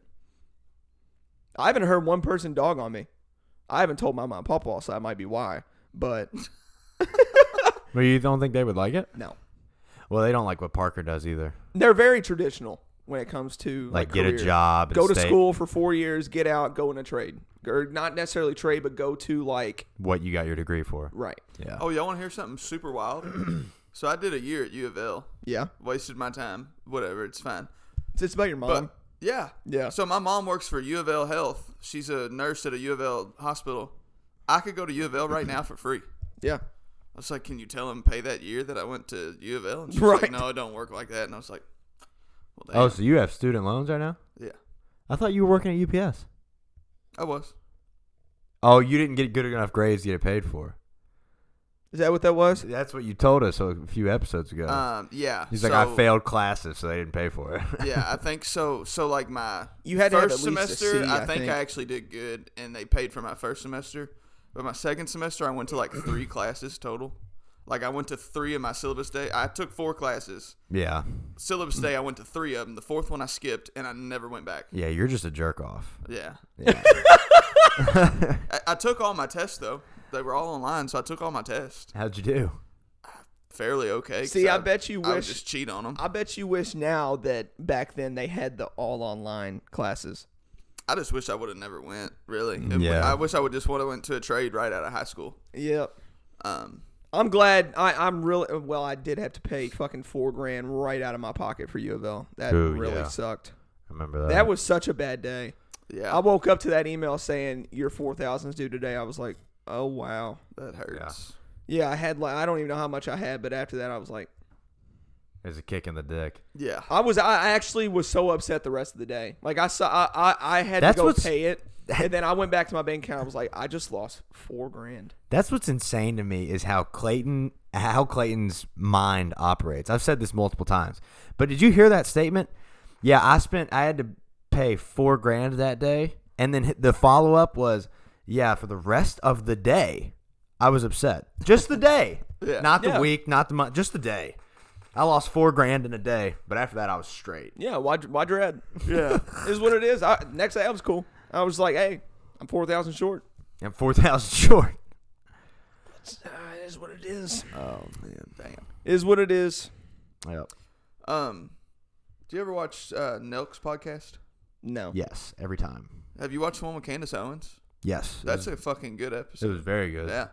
Speaker 1: I haven't heard one person dog on me. I haven't told my mom and papa, so that might be why. But
Speaker 2: well, you don't think they would like it?
Speaker 1: no,
Speaker 2: Well, they don't like what Parker does either.
Speaker 1: they're very traditional when it comes to
Speaker 2: Like,
Speaker 1: a
Speaker 2: get a
Speaker 1: career.
Speaker 2: job,
Speaker 1: go
Speaker 2: and
Speaker 1: to
Speaker 2: stay-
Speaker 1: school for four years, get out, go in a trade, or not necessarily trade, but go to like
Speaker 2: What you got your degree for?
Speaker 1: right.
Speaker 2: Yeah.
Speaker 3: Oh, y'all want to hear something super wild? so I did a year at U of L.
Speaker 1: Yeah,
Speaker 3: Wasted my time. Whatever. It's fine.
Speaker 1: it's, it's about your
Speaker 3: But
Speaker 1: mom.
Speaker 3: yeah.
Speaker 1: Yeah.
Speaker 3: So my mom works for U of L Health. She's a nurse at a U of L hospital. I could go to U of L right now for free.
Speaker 1: yeah,
Speaker 3: I was like, "Can you tell him pay that year that I went to U of L?" And she's
Speaker 1: Right.
Speaker 3: like, "No, it don't work like that." And I was like, "Well, damn.
Speaker 2: Oh, so you have student loans right now?
Speaker 3: yeah,
Speaker 2: I thought you were working at UPS.
Speaker 3: I was.
Speaker 2: Oh, you didn't get good enough grades to get it paid for.
Speaker 1: Is that what that was?
Speaker 2: That's what you told us a few episodes ago.
Speaker 1: Uh,
Speaker 3: Um, yeah.
Speaker 2: He's
Speaker 3: so,
Speaker 2: like, I failed classes, so they didn't pay for it.
Speaker 3: yeah, I think so. So like my
Speaker 1: You had to have
Speaker 3: first
Speaker 1: at least a
Speaker 3: semester,
Speaker 1: C,
Speaker 3: I,
Speaker 1: I
Speaker 3: think,
Speaker 1: think.
Speaker 3: I actually did good, and they paid for my first semester. But my second semester, I went to like three classes total. Like I went to three of my syllabus day. I took four classes.
Speaker 2: yeah,
Speaker 3: Syllabus day, I went to three of them. The fourth one, I skipped, and I never went back.
Speaker 2: yeah, you're just a jerk off.
Speaker 3: Yeah,
Speaker 2: Yeah.
Speaker 3: I, I took all my tests though. They were all online, so I took all my tests
Speaker 2: How'd you do?
Speaker 3: fairly okay. 'cause
Speaker 1: See, I bet you
Speaker 3: I would
Speaker 1: wish-
Speaker 3: just cheat on them.
Speaker 1: I bet you wish now that back then they had the all online classes.
Speaker 3: I just wish I would have never went. Really, It-
Speaker 2: Yeah.
Speaker 3: I wish I would just would have went to a trade right out of high school.
Speaker 1: Yep.
Speaker 3: Um,
Speaker 1: I'm glad I, I'm really well. I did have to pay fucking four grand right out of my pocket for U of L. That
Speaker 2: Ooh,
Speaker 1: really
Speaker 2: yeah.
Speaker 1: sucked.
Speaker 2: Remember that?
Speaker 3: Uh,
Speaker 1: That was such a bad day.
Speaker 3: yeah,
Speaker 1: I woke up to that email saying your four thousands due today. I was like, oh wow.
Speaker 3: that hurts.
Speaker 1: Yeah, I had like I don't even know how much I had, but after that I was like,
Speaker 2: it was a kick in the dick.
Speaker 3: Yeah.
Speaker 1: I was I I actually was so upset the rest of the day. Like I saw I I, I had
Speaker 2: That's
Speaker 1: to go
Speaker 2: what's-
Speaker 1: pay it, and then I went back to my bank account. I was like, I just lost four grand.
Speaker 2: That's what's insane to me is how Clayton how Clayton's mind operates. I've said this multiple times. But did you hear that statement? Yeah, I spent I had to pay 4 grand that day and then hit- the follow-up was yeah, for the rest of the day I was upset. Just the day.
Speaker 3: Yeah.
Speaker 2: Not the
Speaker 1: Yeah.
Speaker 2: week, not the month, just the day. I lost 4 grand in a day, but after that I was straight.
Speaker 1: Yeah, why why dread?
Speaker 3: Yeah.
Speaker 1: is what it is. I, next day I was cool. I was like, hey, I'm four thousand short.
Speaker 2: And 4,000 short.
Speaker 1: it is what it is.
Speaker 2: Oh man.
Speaker 3: Damn.
Speaker 1: Is what it is.
Speaker 2: Yep.
Speaker 3: Um, do you ever watch uh, Nelk's podcast?
Speaker 1: No.
Speaker 2: Yes, every time.
Speaker 3: Have you watched the one with Candace Owens?
Speaker 2: Yes.
Speaker 3: That's
Speaker 2: it.
Speaker 3: a fucking good
Speaker 2: Was, it
Speaker 3: episode.
Speaker 2: was very good.
Speaker 3: Yeah,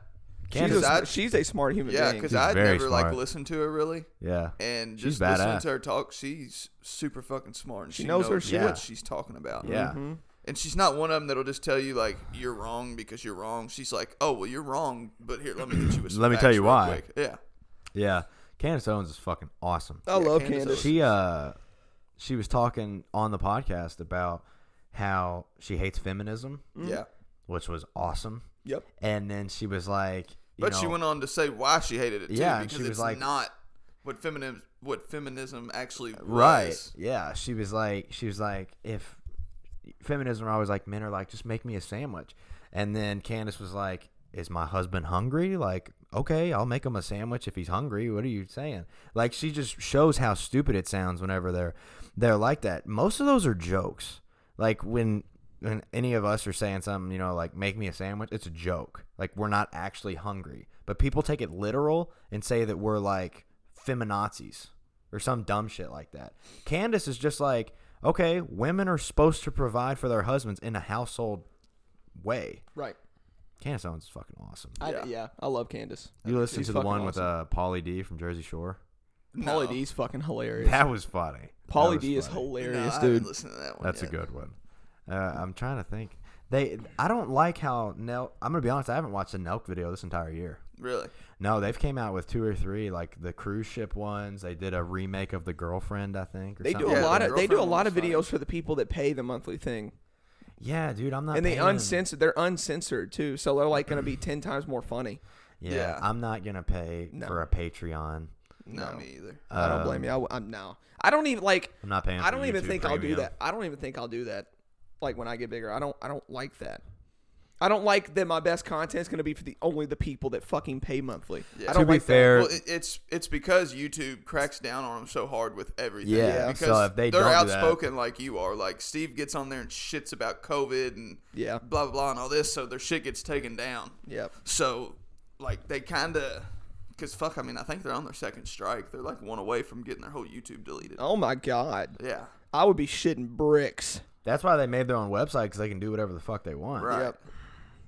Speaker 1: She's, a,
Speaker 2: Candace-
Speaker 1: sm-
Speaker 3: I-
Speaker 1: she's a smart human
Speaker 3: yeah,
Speaker 1: being.
Speaker 3: because
Speaker 2: She's
Speaker 3: I had
Speaker 2: very
Speaker 3: never like
Speaker 2: smart.
Speaker 3: listened to her really,
Speaker 2: yeah.
Speaker 3: and
Speaker 2: She's
Speaker 3: just listening
Speaker 2: badass.
Speaker 3: to her talk, she's super fucking smart. And
Speaker 1: She
Speaker 3: she,
Speaker 1: knows her shit.
Speaker 2: Yeah.
Speaker 3: what she's talking about.
Speaker 2: Yeah.
Speaker 3: and she's not one of them that'll just tell you like you're wrong because you're wrong. She's like, oh well, you're wrong, but here let me get you. with some
Speaker 2: Let me
Speaker 3: facts
Speaker 2: tell you
Speaker 3: real
Speaker 2: why.
Speaker 3: quick." Yeah,
Speaker 2: Yeah, Candace Owens is fucking awesome.
Speaker 1: I
Speaker 3: Yeah,
Speaker 1: love
Speaker 3: Candace
Speaker 1: Candace.
Speaker 2: She uh, she was talking on the podcast about how she hates feminism,
Speaker 3: yeah.
Speaker 2: which was awesome.
Speaker 1: Yep.
Speaker 2: And then she was like, you
Speaker 3: But she
Speaker 2: know-
Speaker 3: went on to say why she hated it too,
Speaker 2: Yeah, and
Speaker 3: because
Speaker 2: she was
Speaker 3: it's
Speaker 2: like-
Speaker 3: not what feminism what feminism actually was.
Speaker 2: right. Yeah, she was like, she was like, if feminism are always like men are like, just make me a sandwich, and then Candace was like. Is my husband hungry? Like, okay, I'll make him a sandwich if he's hungry. What are you saying? Like, she just shows how stupid it sounds whenever they're they're like that. Most of those are jokes. Like when when any of us are saying something, you know, like make me a sandwich, it's a joke. Like we're not actually hungry. But people take it literal and say that we're like feminazis or some dumb shit like that. Candace is just like, okay, women are supposed to provide for their husbands in a household way.
Speaker 1: Right.
Speaker 2: Candace Owens is fucking awesome.
Speaker 1: I, yeah.
Speaker 3: Yeah.
Speaker 1: I love Candace.
Speaker 2: You listen
Speaker 1: She's
Speaker 2: to the
Speaker 1: fucking
Speaker 2: one with uh, Pauly D from Jersey Shore.
Speaker 1: Polly
Speaker 3: No.
Speaker 1: D's fucking hilarious.
Speaker 2: That was funny. That
Speaker 1: Polly
Speaker 2: was
Speaker 1: D is
Speaker 2: funny.
Speaker 3: No,
Speaker 1: hilarious,
Speaker 3: I
Speaker 1: dude.
Speaker 3: haven't listened to that one.
Speaker 2: That's
Speaker 3: yet.
Speaker 2: a good one. Uh, I'm trying to think. They, I don't like how Nelk. I'm gonna be honest. I haven't watched a Nelk video this entire year.
Speaker 3: Really?
Speaker 2: No, they've came out with two or three, like the cruise ship ones. They did a remake of the girlfriend, I think. Or
Speaker 1: They do
Speaker 2: something
Speaker 1: a
Speaker 2: like
Speaker 3: Yeah,
Speaker 1: lot
Speaker 2: that.
Speaker 1: of they do a
Speaker 3: girlfriend
Speaker 1: lot of
Speaker 3: was funny.
Speaker 1: videos for the people that pay the monthly thing,
Speaker 2: Yeah, dude, I'm not.
Speaker 1: and they
Speaker 2: paying.
Speaker 1: uncensored. They're uncensored too, so they're like going to be ten times more funny.
Speaker 2: Yeah,
Speaker 3: Yeah.
Speaker 2: I'm not gonna pay
Speaker 1: No.
Speaker 2: for a Patreon.
Speaker 3: Not
Speaker 1: No.
Speaker 3: me either.
Speaker 1: I don't
Speaker 2: Um,
Speaker 1: blame you. I, am no. I don't even like.
Speaker 2: I'm not paying.
Speaker 1: I
Speaker 2: for
Speaker 1: don't even
Speaker 2: YouTube
Speaker 1: think I'll do
Speaker 2: Premium.
Speaker 1: that. I don't even think I'll do that. Like when I get bigger, I don't. I don't like that. I don't like that my best content's going to be for the only the people that fucking pay monthly.
Speaker 3: Yeah.
Speaker 1: I
Speaker 2: To
Speaker 1: don't
Speaker 2: be
Speaker 1: like that.
Speaker 2: fair,
Speaker 3: Well, it, it's it's because YouTube cracks down on them so hard with everything.
Speaker 2: Yeah, Yeah.
Speaker 3: because
Speaker 2: so if they
Speaker 3: are
Speaker 2: don't do that-
Speaker 3: outspoken like you are. Like Steve gets on there and shits about COVID and
Speaker 1: Yeah.
Speaker 3: blah blah blah and all this, so their shit gets taken down.
Speaker 1: Yep.
Speaker 3: So like they kind of, cause fuck, I mean, I think they're on their second strike. They're like one away from getting their whole YouTube deleted.
Speaker 1: Oh my god,
Speaker 3: Yeah,
Speaker 1: I would be shitting bricks.
Speaker 2: that's why they made their own website because they can do whatever the fuck they want.
Speaker 3: right.
Speaker 1: Yep.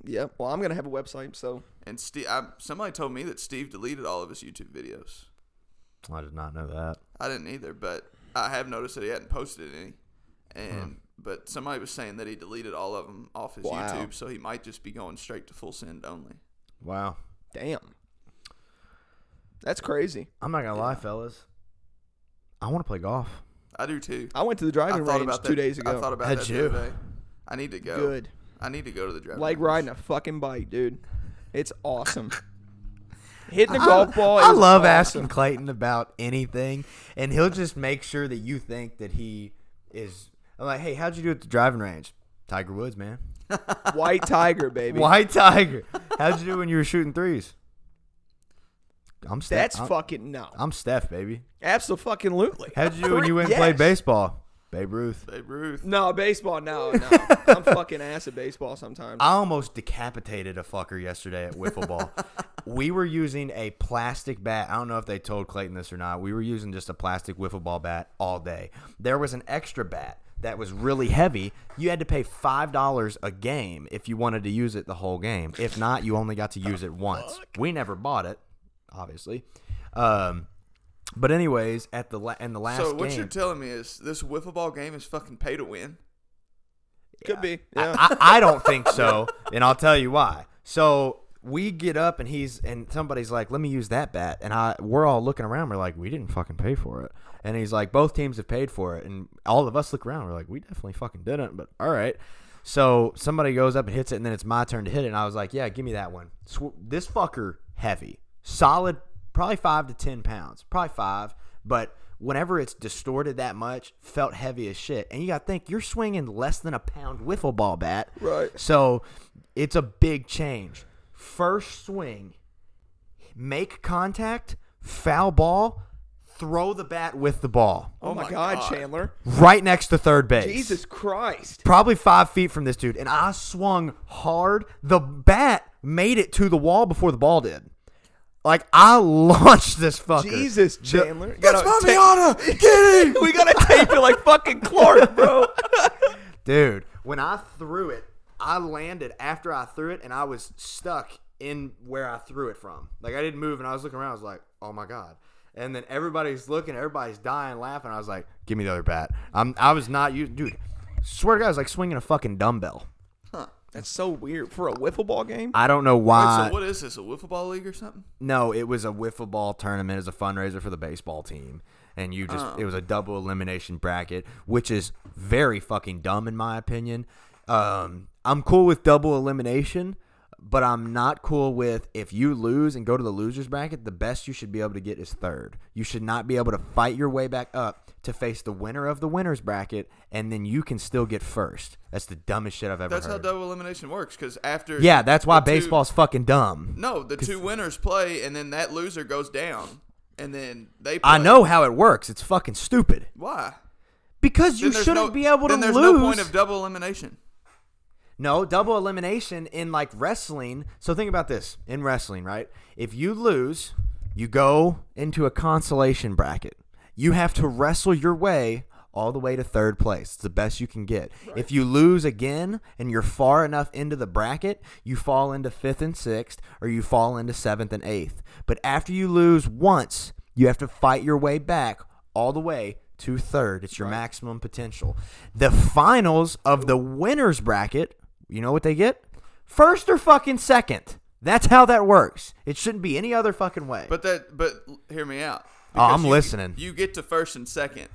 Speaker 1: Yep. Well, I'm gonna have a website, so
Speaker 3: And Steve, I, somebody told me that Steve deleted all of his YouTube videos.
Speaker 2: I did not know that.
Speaker 3: I didn't either, but I have noticed that he hadn't posted any. And but somebody was saying that he deleted all of them off his
Speaker 1: Wow.
Speaker 3: YouTube, so he might just be going straight to full send only.
Speaker 2: Wow.
Speaker 1: damn. That's crazy.
Speaker 2: I'm not gonna lie, fellas. I want to play golf.
Speaker 3: I do too.
Speaker 1: I went to the
Speaker 3: I
Speaker 1: driving
Speaker 3: thought
Speaker 1: range
Speaker 3: about
Speaker 1: two
Speaker 3: that.
Speaker 1: days ago.
Speaker 3: I thought about
Speaker 2: Had
Speaker 3: that
Speaker 2: you?
Speaker 3: the other day. I need to go.
Speaker 1: Good.
Speaker 3: I need to go to the driving.
Speaker 1: Like
Speaker 3: range.
Speaker 1: riding a fucking bike, dude. It's awesome. Hitting a
Speaker 2: I-
Speaker 1: golf ball.
Speaker 2: I
Speaker 1: is
Speaker 2: love
Speaker 1: awesome.
Speaker 2: asking Clayton about anything, and he'll just make sure that you think that he is. I'm like, hey, how'd you do at the driving range? Tiger Woods, man.
Speaker 1: White Tiger, baby.
Speaker 2: White Tiger. How'd you do when you were shooting threes? I'm Steph.
Speaker 1: That's
Speaker 2: I'm,
Speaker 1: fucking no.
Speaker 2: I'm Steph, baby.
Speaker 1: Absolutely.
Speaker 2: How'd you do when you went and
Speaker 1: Yes.
Speaker 2: played baseball? Babe Ruth.
Speaker 3: Babe Ruth.
Speaker 1: No, baseball, no, no. I'm fucking ass at baseball sometimes.
Speaker 2: I almost decapitated a fucker yesterday at wiffle ball. we were using a plastic bat. I don't know if they told Clayton this or not. We were using just a plastic wiffle ball bat all day. There was an extra bat that was really heavy. You had to pay five dollars a game if you wanted to use it the whole game. If not, you only got to use it once. We never bought it, obviously. Um, but anyways, at the la- in the last
Speaker 3: So what
Speaker 2: game,
Speaker 3: you're telling me is this wiffle ball game is fucking pay to win.
Speaker 1: Could be.
Speaker 2: I-
Speaker 1: Yeah.
Speaker 2: I, I don't think so, and I'll tell you why. So we get up and he's and somebody's like, "Let me use that bat," and I we're all looking around. We're like, "We didn't fucking pay for it," and he's like, "Both teams have paid for it," and all of us look around. We're like, "We definitely fucking didn't," but all right. So somebody goes up and hits it, and then it's my turn to hit it, and I was like, "Yeah, give me that one." Sw- this fucker heavy, solid, probably five to ten pounds, probably five, but. Whenever it's distorted that much, felt heavy as shit. And you gotta think you're swinging less than a pound wiffle ball bat,
Speaker 1: Right.
Speaker 2: so it's a big change. First swing, make contact, foul ball, throw the bat with the ball
Speaker 1: oh, my
Speaker 3: my
Speaker 1: god,
Speaker 3: God.
Speaker 1: Chandler.
Speaker 2: right next to third base.
Speaker 1: Jesus Christ.
Speaker 2: Probably five feet from this dude. And I swung hard. The bat made it to the wall before the ball did. Like, I launched this fucker.
Speaker 1: Jesus, Chandler.
Speaker 2: That's
Speaker 1: Gotta
Speaker 2: my Miata. Get him.
Speaker 1: ta- we gotta tape it like fucking Clark, bro.
Speaker 2: Dude, when I threw it, I landed after I threw it and I was stuck in where I threw it from. Like I didn't move and I was looking around, I was like, oh my God. And then everybody's looking, everybody's dying, laughing. I was like, give me the other bat. I'm I was not you dude. Swear to God, it's like swinging a fucking dumbbell.
Speaker 1: That's so weird for a wiffle ball game.
Speaker 2: I don't know
Speaker 3: Wait,
Speaker 2: why.
Speaker 3: so what is this? A wiffle ball league or something?
Speaker 2: no, it was a wiffle ball tournament as a fundraiser for the baseball team. And you just,
Speaker 3: Oh.
Speaker 2: it was a double elimination bracket, which is very fucking dumb in my opinion. Um, I'm cool with double elimination, but I'm not cool with if you lose and go to the losers bracket, the best you should be able to get is third. You should not be able to fight your way back up to face the winner of the winners bracket, and then you can still get first. That's the dumbest shit I've ever
Speaker 3: That's how
Speaker 2: heard.
Speaker 3: double elimination works. Because after
Speaker 2: yeah, that's why
Speaker 3: the two-
Speaker 2: baseball's fucking dumb.
Speaker 3: no, the two winners play, and then that loser goes down, and then they. Play.
Speaker 2: I know how it works. It's fucking stupid.
Speaker 3: why.
Speaker 2: Because you
Speaker 3: Then there's
Speaker 2: shouldn't
Speaker 3: no-
Speaker 2: be able to
Speaker 3: then
Speaker 2: lose.
Speaker 3: there's no point of double elimination.
Speaker 2: No, double elimination in like wrestling. So think about this in wrestling, right? If you lose, you go into a consolation bracket. You have to wrestle your way all the way to third place. It's the best you can get. If you lose again and you're far enough into the bracket, you fall into fifth and sixth, or you fall into seventh and eighth. But after you lose once, you have to fight your way back all the way to third. It's your maximum potential. The finals of the winners bracket, you know what they get? First or fucking second. That's how that works. It shouldn't be any other fucking way.
Speaker 3: But that, but l- hear me out.
Speaker 2: Oh, I'm
Speaker 3: Because you-
Speaker 2: listening.
Speaker 3: You get to first and second.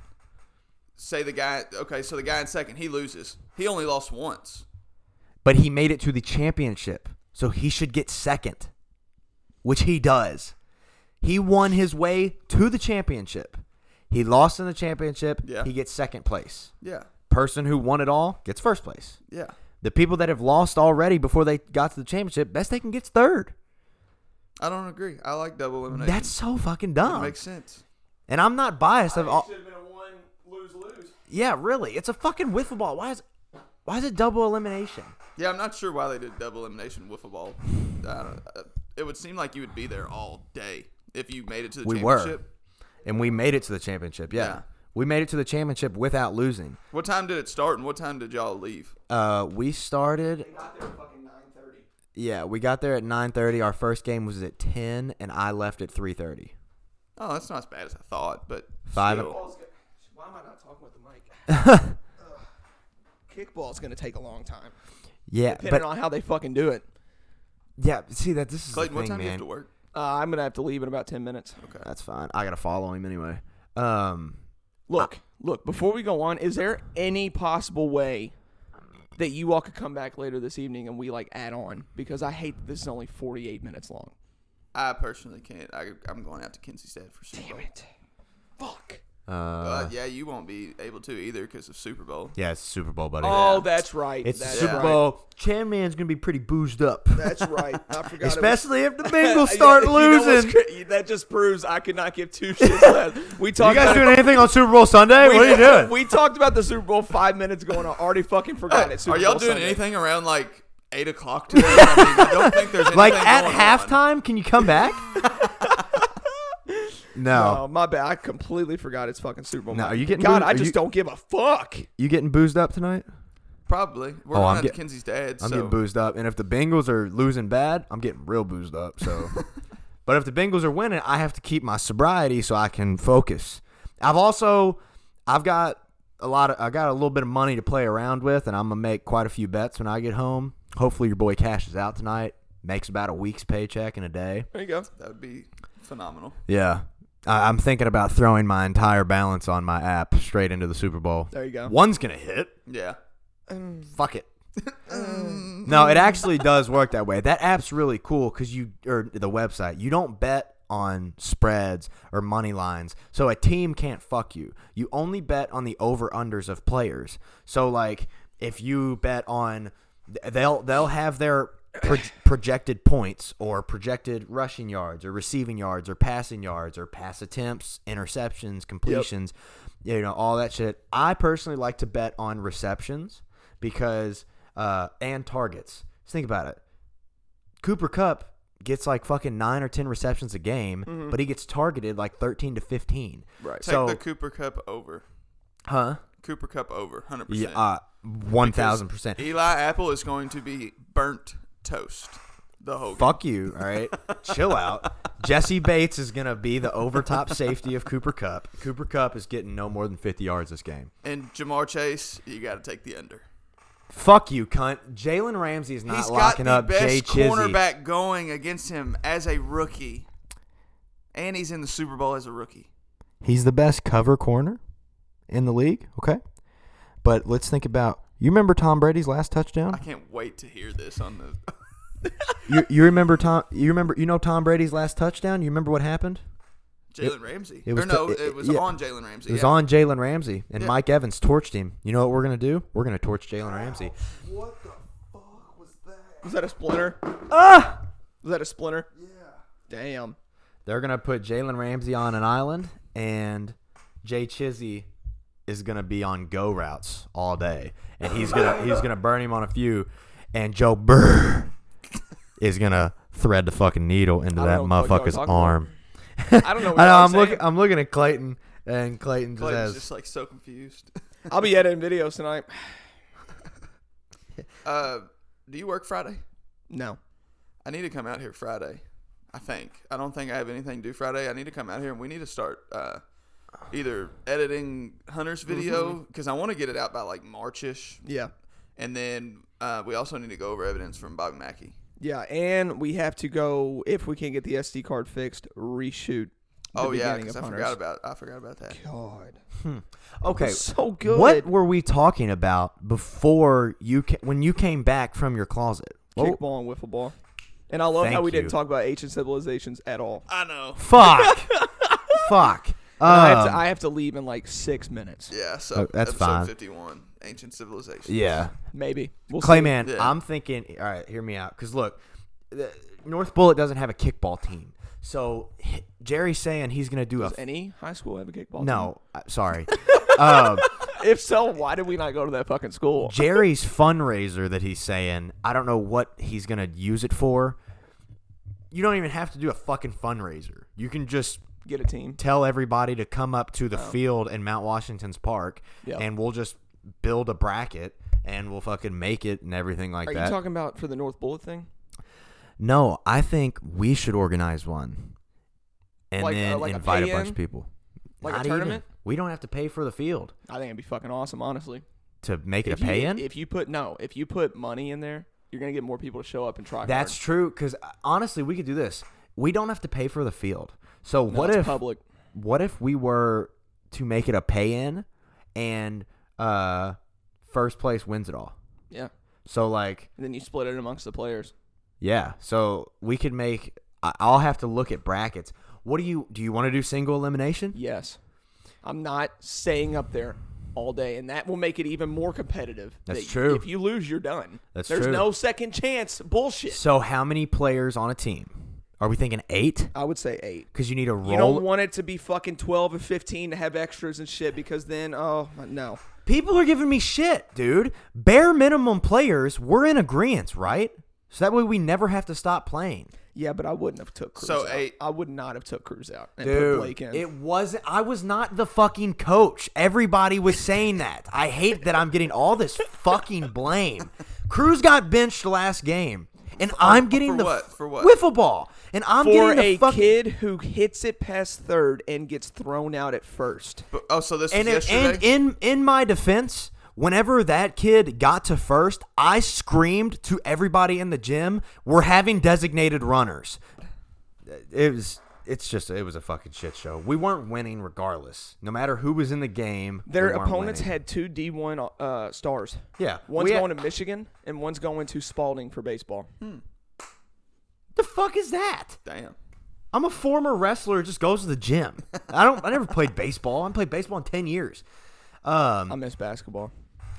Speaker 3: Say the guy. Okay, so the guy in second, he loses. He only lost once.
Speaker 2: but he made it to the championship, so he should get second, which he does. He won his way to the championship. He lost in the championship.
Speaker 3: Yeah.
Speaker 2: He gets second place.
Speaker 3: Yeah,
Speaker 2: Person who won it all gets first place.
Speaker 3: yeah.
Speaker 2: The people that have lost already before they got to the championship, best they can get third.
Speaker 3: I don't agree. I like double elimination.
Speaker 2: That's so fucking
Speaker 3: That
Speaker 2: dumb.
Speaker 3: makes sense.
Speaker 2: and I'm not biased. I've all,
Speaker 1: have been a one lose lose.
Speaker 2: yeah, really. It's a fucking wiffle ball. Why is why is it double elimination?
Speaker 3: Yeah, I'm not sure why they did double elimination wiffle ball. I don't, uh, it would seem like you would be there all day if you made it to the
Speaker 2: We were.
Speaker 3: championship.
Speaker 2: And we made it to the championship. Yeah.
Speaker 3: Yeah.
Speaker 2: We made it to the championship without losing.
Speaker 3: What time did it start and what time did y'all leave?
Speaker 2: Uh, we started Yeah, we got there at 9:30. Our first game was at 10 and I left at 3:30.
Speaker 3: Oh, that's not as bad as I thought, but
Speaker 2: Five-
Speaker 3: still.
Speaker 1: Why am I not talking with the mic? Ugh. Kickball's gonna take a long time,
Speaker 2: Yeah,
Speaker 1: depending
Speaker 2: but
Speaker 1: on how they fucking do it.
Speaker 2: yeah, see that this is
Speaker 3: Clayton,
Speaker 2: the
Speaker 3: what
Speaker 2: thing,
Speaker 3: time do you
Speaker 2: man.
Speaker 3: have to work?
Speaker 1: Uh, I'm gonna have to leave in about ten minutes.
Speaker 2: That's fine. I gotta follow him anyway. Um,
Speaker 1: Look, look. Before we go on, is there any possible way that you all could come back later this evening and we like add on? Because I hate that this is only 48 minutes long.
Speaker 3: I personally can't. I, I'm going out to Kinsey State for Super Bowl.
Speaker 1: it! Fuck.
Speaker 2: uh,
Speaker 3: But yeah, you won't be able to either because of Super Bowl.
Speaker 2: yeah, it's Super Bowl, buddy.
Speaker 1: Oh, that's right.
Speaker 2: it's the
Speaker 1: that's
Speaker 2: Super
Speaker 1: right.
Speaker 2: Bowl. Chan Man's gonna be pretty boozed up,
Speaker 1: That's right. I forgot. it was-
Speaker 2: especially if the Bengals start
Speaker 1: You know what's
Speaker 2: losing.
Speaker 1: cra- that just proves I could not give two shits less. We
Speaker 2: You
Speaker 1: talked.
Speaker 2: guys
Speaker 1: about
Speaker 2: doing anything on Super Bowl Sunday?
Speaker 1: we,
Speaker 2: what are you doing?
Speaker 1: We talked about the Super Bowl five minutes ago, and I already fucking forgot it. Super
Speaker 3: Are y'all
Speaker 1: Bowl
Speaker 3: doing
Speaker 1: Sunday.
Speaker 3: anything around like eight o'clock today? I, mean, I don't think there's anything
Speaker 2: like at
Speaker 3: going on.
Speaker 2: halftime, can you come back? no.
Speaker 1: Oh, my bad. I completely forgot it's fucking Super Bowl.
Speaker 2: No,
Speaker 1: Monday.
Speaker 2: are you getting
Speaker 1: God,
Speaker 2: booed?
Speaker 1: I
Speaker 2: Are
Speaker 1: just
Speaker 2: you-
Speaker 1: don't give a fuck.
Speaker 2: You getting boozed up tonight?
Speaker 3: Probably. We're
Speaker 2: Oh, I'm
Speaker 3: going out
Speaker 2: get-
Speaker 3: to Kinsey's dad.
Speaker 2: I'm
Speaker 3: so.
Speaker 2: getting boozed up, and if the Bengals are losing bad, I'm getting real boozed up. So, but if the Bengals are winning, I have to keep my sobriety so I can focus. I've also, I've got a lot of, I got a little bit of money to play around with, and I'm gonna make quite a few bets when I get home. Hopefully, your boy cashes out tonight, makes about a week's paycheck in a day.
Speaker 1: There you go.
Speaker 3: That would be phenomenal.
Speaker 2: Yeah, I, I'm thinking about throwing my entire balance on my app straight into the Super Bowl.
Speaker 1: There you go.
Speaker 2: One's gonna hit.
Speaker 3: Yeah.
Speaker 1: Mm.
Speaker 2: fuck it. no, it actually does work that way. That app's really cool because you or the website you don't bet on spreads or money lines, so a team can't fuck you. You only bet on the over unders of players. So like if you bet on, they'll they'll have their pro- projected points or projected rushing yards or receiving yards or passing yards or pass attempts, interceptions, completions, you know, all that shit. I personally like to bet on receptions because uh, and targets. Just think about it. Cooper Cup gets like fucking nine or ten receptions a game, but he gets targeted like thirteen to fifteen.
Speaker 1: Right.
Speaker 3: Take
Speaker 2: so
Speaker 3: the Cooper Cup over.
Speaker 2: huh?
Speaker 3: Cooper Cup over. 100%.
Speaker 2: Yeah, uh, one thousand percent.
Speaker 3: Eli Apple is going to be burnt toast the whole
Speaker 2: Fuck you. All right, chill out. Jesse Bates is gonna be the overtop safety of Cooper Cup. Cooper Cup is getting no more than fifty yards this game.
Speaker 3: game. And Jamar Chase, you got to take the under.
Speaker 2: Fuck you, cunt. Jalen Ramsey is not
Speaker 3: He's got
Speaker 2: locking
Speaker 3: the
Speaker 2: up Jay
Speaker 3: best
Speaker 2: Chizzy.
Speaker 3: cornerback going against him as a rookie. And he's in the Super Bowl as a rookie.
Speaker 2: He's the best cover corner in the league. Okay, but let's think about. You remember Tom Brady's last
Speaker 3: I
Speaker 2: touchdown?
Speaker 3: can't wait to hear this on the.
Speaker 2: You, you remember Tom? You remember? You know Tom Brady's last touchdown? You remember what happened?
Speaker 3: Jalen Ramsey.
Speaker 2: it was
Speaker 3: or no,
Speaker 2: t- it-
Speaker 3: it was
Speaker 2: yeah.
Speaker 3: on Jalen Ramsey.
Speaker 2: It was
Speaker 3: yeah.
Speaker 2: on Jalen Ramsey, and
Speaker 3: Yeah.
Speaker 2: Mike Evans torched him. You know what we're gonna do? We're gonna torch Jalen Ramsey.
Speaker 1: Was that a splinter? Ah! Was that a splinter? Yeah. Damn.
Speaker 2: They're gonna put Jalen Ramsey on an island, and Jay Chizzy is gonna be on go routes all day, and he's gonna he's gonna burn him on a few, and Joe Burr is gonna thread the fucking needle into
Speaker 1: I
Speaker 2: that
Speaker 1: don't know what y'all
Speaker 2: motherfucker's
Speaker 1: talking
Speaker 2: arm.
Speaker 1: I don't know. What
Speaker 2: I know.
Speaker 1: y'all
Speaker 2: I'm
Speaker 1: saying.
Speaker 2: looking. I'm looking at Clayton, and Clayton just
Speaker 3: Clayton's
Speaker 2: has.
Speaker 3: just like so confused.
Speaker 1: I'll be editing videos tonight.
Speaker 3: Uh, do you work Friday?
Speaker 1: No.
Speaker 3: I need to come out here Friday. I think. I don't think I have anything to do Friday. I need to come out here and we need to start uh, either editing Hunter's
Speaker 1: Mm-hmm.
Speaker 3: video because I want to get it out by like Marchish,
Speaker 1: Yeah.
Speaker 3: and then uh, we also need to go over evidence from Bob Mackey.
Speaker 1: Yeah, and we have to go if we can't get the SD card fixed, reshoot. The
Speaker 3: Oh yeah,
Speaker 1: beginning
Speaker 3: because I
Speaker 1: of
Speaker 3: forgot about I forgot about that.
Speaker 1: God.
Speaker 2: Okay,
Speaker 1: So good.
Speaker 2: What were we talking about before you ca- when you came back from your closet? Oh,
Speaker 1: Kickball and wiffle ball. And I love how
Speaker 2: Thank
Speaker 1: we
Speaker 2: you.
Speaker 1: didn't talk about ancient civilizations at all.
Speaker 3: I know.
Speaker 2: fuck, fuck.
Speaker 1: And I, have to,
Speaker 2: Um,
Speaker 1: I have to leave in like six minutes,
Speaker 3: Yeah, so
Speaker 2: Oh, that's
Speaker 3: episode
Speaker 2: fine.
Speaker 3: Fifty-one, ancient civilization.
Speaker 2: yeah,
Speaker 1: maybe. We'll see.
Speaker 2: Clayman.
Speaker 3: Yeah.
Speaker 2: I'm thinking. All right, hear me out. Because look, the, North Bullet doesn't have a kickball team, so h- Jerry's saying he's gonna do a.
Speaker 1: Does any high school have a kickball?
Speaker 2: no, uh, sorry. um,
Speaker 1: team? If so, why did we not go to that fucking school?
Speaker 2: Jerry's fundraiser that he's saying, I don't know what he's gonna use it for. You don't even have to do a fucking fundraiser. You can just
Speaker 1: Get a team.
Speaker 2: tell everybody to come up to the field in Mount Washington's Park,
Speaker 1: Oh. Yep.
Speaker 2: and we'll just build a bracket and we'll fucking make it and everything like
Speaker 1: Are
Speaker 2: that.
Speaker 1: you talking about for the North Bullet thing?
Speaker 2: no, I think we should organize one and
Speaker 1: Like, uh,
Speaker 2: then
Speaker 1: like a
Speaker 2: invite a, bunch
Speaker 1: pay-in?
Speaker 2: of people.
Speaker 1: Like a
Speaker 2: Not even.
Speaker 1: tournament?
Speaker 2: We don't have to pay for the field
Speaker 1: I think it'd be fucking awesome, honestly.
Speaker 2: to make it
Speaker 1: if
Speaker 2: a pay in.
Speaker 1: You, if you put no, if you put money in there, you're gonna get more people to show up and try.
Speaker 2: That's true. Because uh, honestly, we could do this. we don't have to pay for the field. So
Speaker 4: No,
Speaker 2: what
Speaker 4: it's
Speaker 2: if
Speaker 4: public?
Speaker 2: what if we were to make it a pay in and uh first place wins it all?
Speaker 4: Yeah.
Speaker 2: So like
Speaker 4: And then you split it amongst the players.
Speaker 2: yeah, so we could make I- I'll have to look at brackets. What do you do you want to do single elimination?
Speaker 4: Yes. I'm not staying up there all day, and that will make it even more competitive.
Speaker 2: That's
Speaker 4: That
Speaker 2: true.
Speaker 4: If you lose, you're done.
Speaker 2: That's
Speaker 4: There's
Speaker 2: true.
Speaker 4: no second chance. Bullshit.
Speaker 2: So how many players on a team? Are we thinking 8?
Speaker 1: I would say eight.
Speaker 2: Cuz you need a roll
Speaker 1: You don't want it to be fucking twelve and fifteen to have extras and shit because then oh no.
Speaker 2: People are giving me shit, dude. Bare minimum players, we're in agreement, right? So that way we never have to stop playing.
Speaker 1: Yeah, but I wouldn't have took Cruz
Speaker 3: So
Speaker 1: out.
Speaker 3: eight.
Speaker 1: I would not have took Cruz out and put
Speaker 2: Dude,
Speaker 1: Blake in.
Speaker 2: it wasn't. I was not the fucking coach. Everybody was saying that. I hate that I'm getting all this fucking blame. Cruz got benched last game, and I'm getting
Speaker 3: for
Speaker 2: the
Speaker 3: what? For what?
Speaker 2: wiffle ball, and I'm
Speaker 1: for
Speaker 2: getting the
Speaker 1: a
Speaker 2: fucking
Speaker 1: kid who hits it past third and gets thrown out at first.
Speaker 3: But- oh, so this
Speaker 2: and,
Speaker 3: was
Speaker 2: it-
Speaker 3: yesterday.
Speaker 2: and in in my defense. Whenever that kid got to first, I screamed to everybody in the gym, "We're having designated runners." It was, it's just, it was a fucking shit show. We weren't winning regardless, no matter who was in the game. we
Speaker 1: Their
Speaker 2: weren't
Speaker 1: opponents
Speaker 2: winning.
Speaker 1: had two D1 uh, stars.
Speaker 2: Yeah.
Speaker 1: One's
Speaker 2: We- Hmm.
Speaker 1: going to Michigan and one's going to Spalding for baseball.
Speaker 2: The fuck is that?
Speaker 3: Damn.
Speaker 2: I'm a former wrestler. who Just goes to the gym. I don't. I never played baseball. I haven't played baseball in ten years. Um,
Speaker 1: I miss basketball.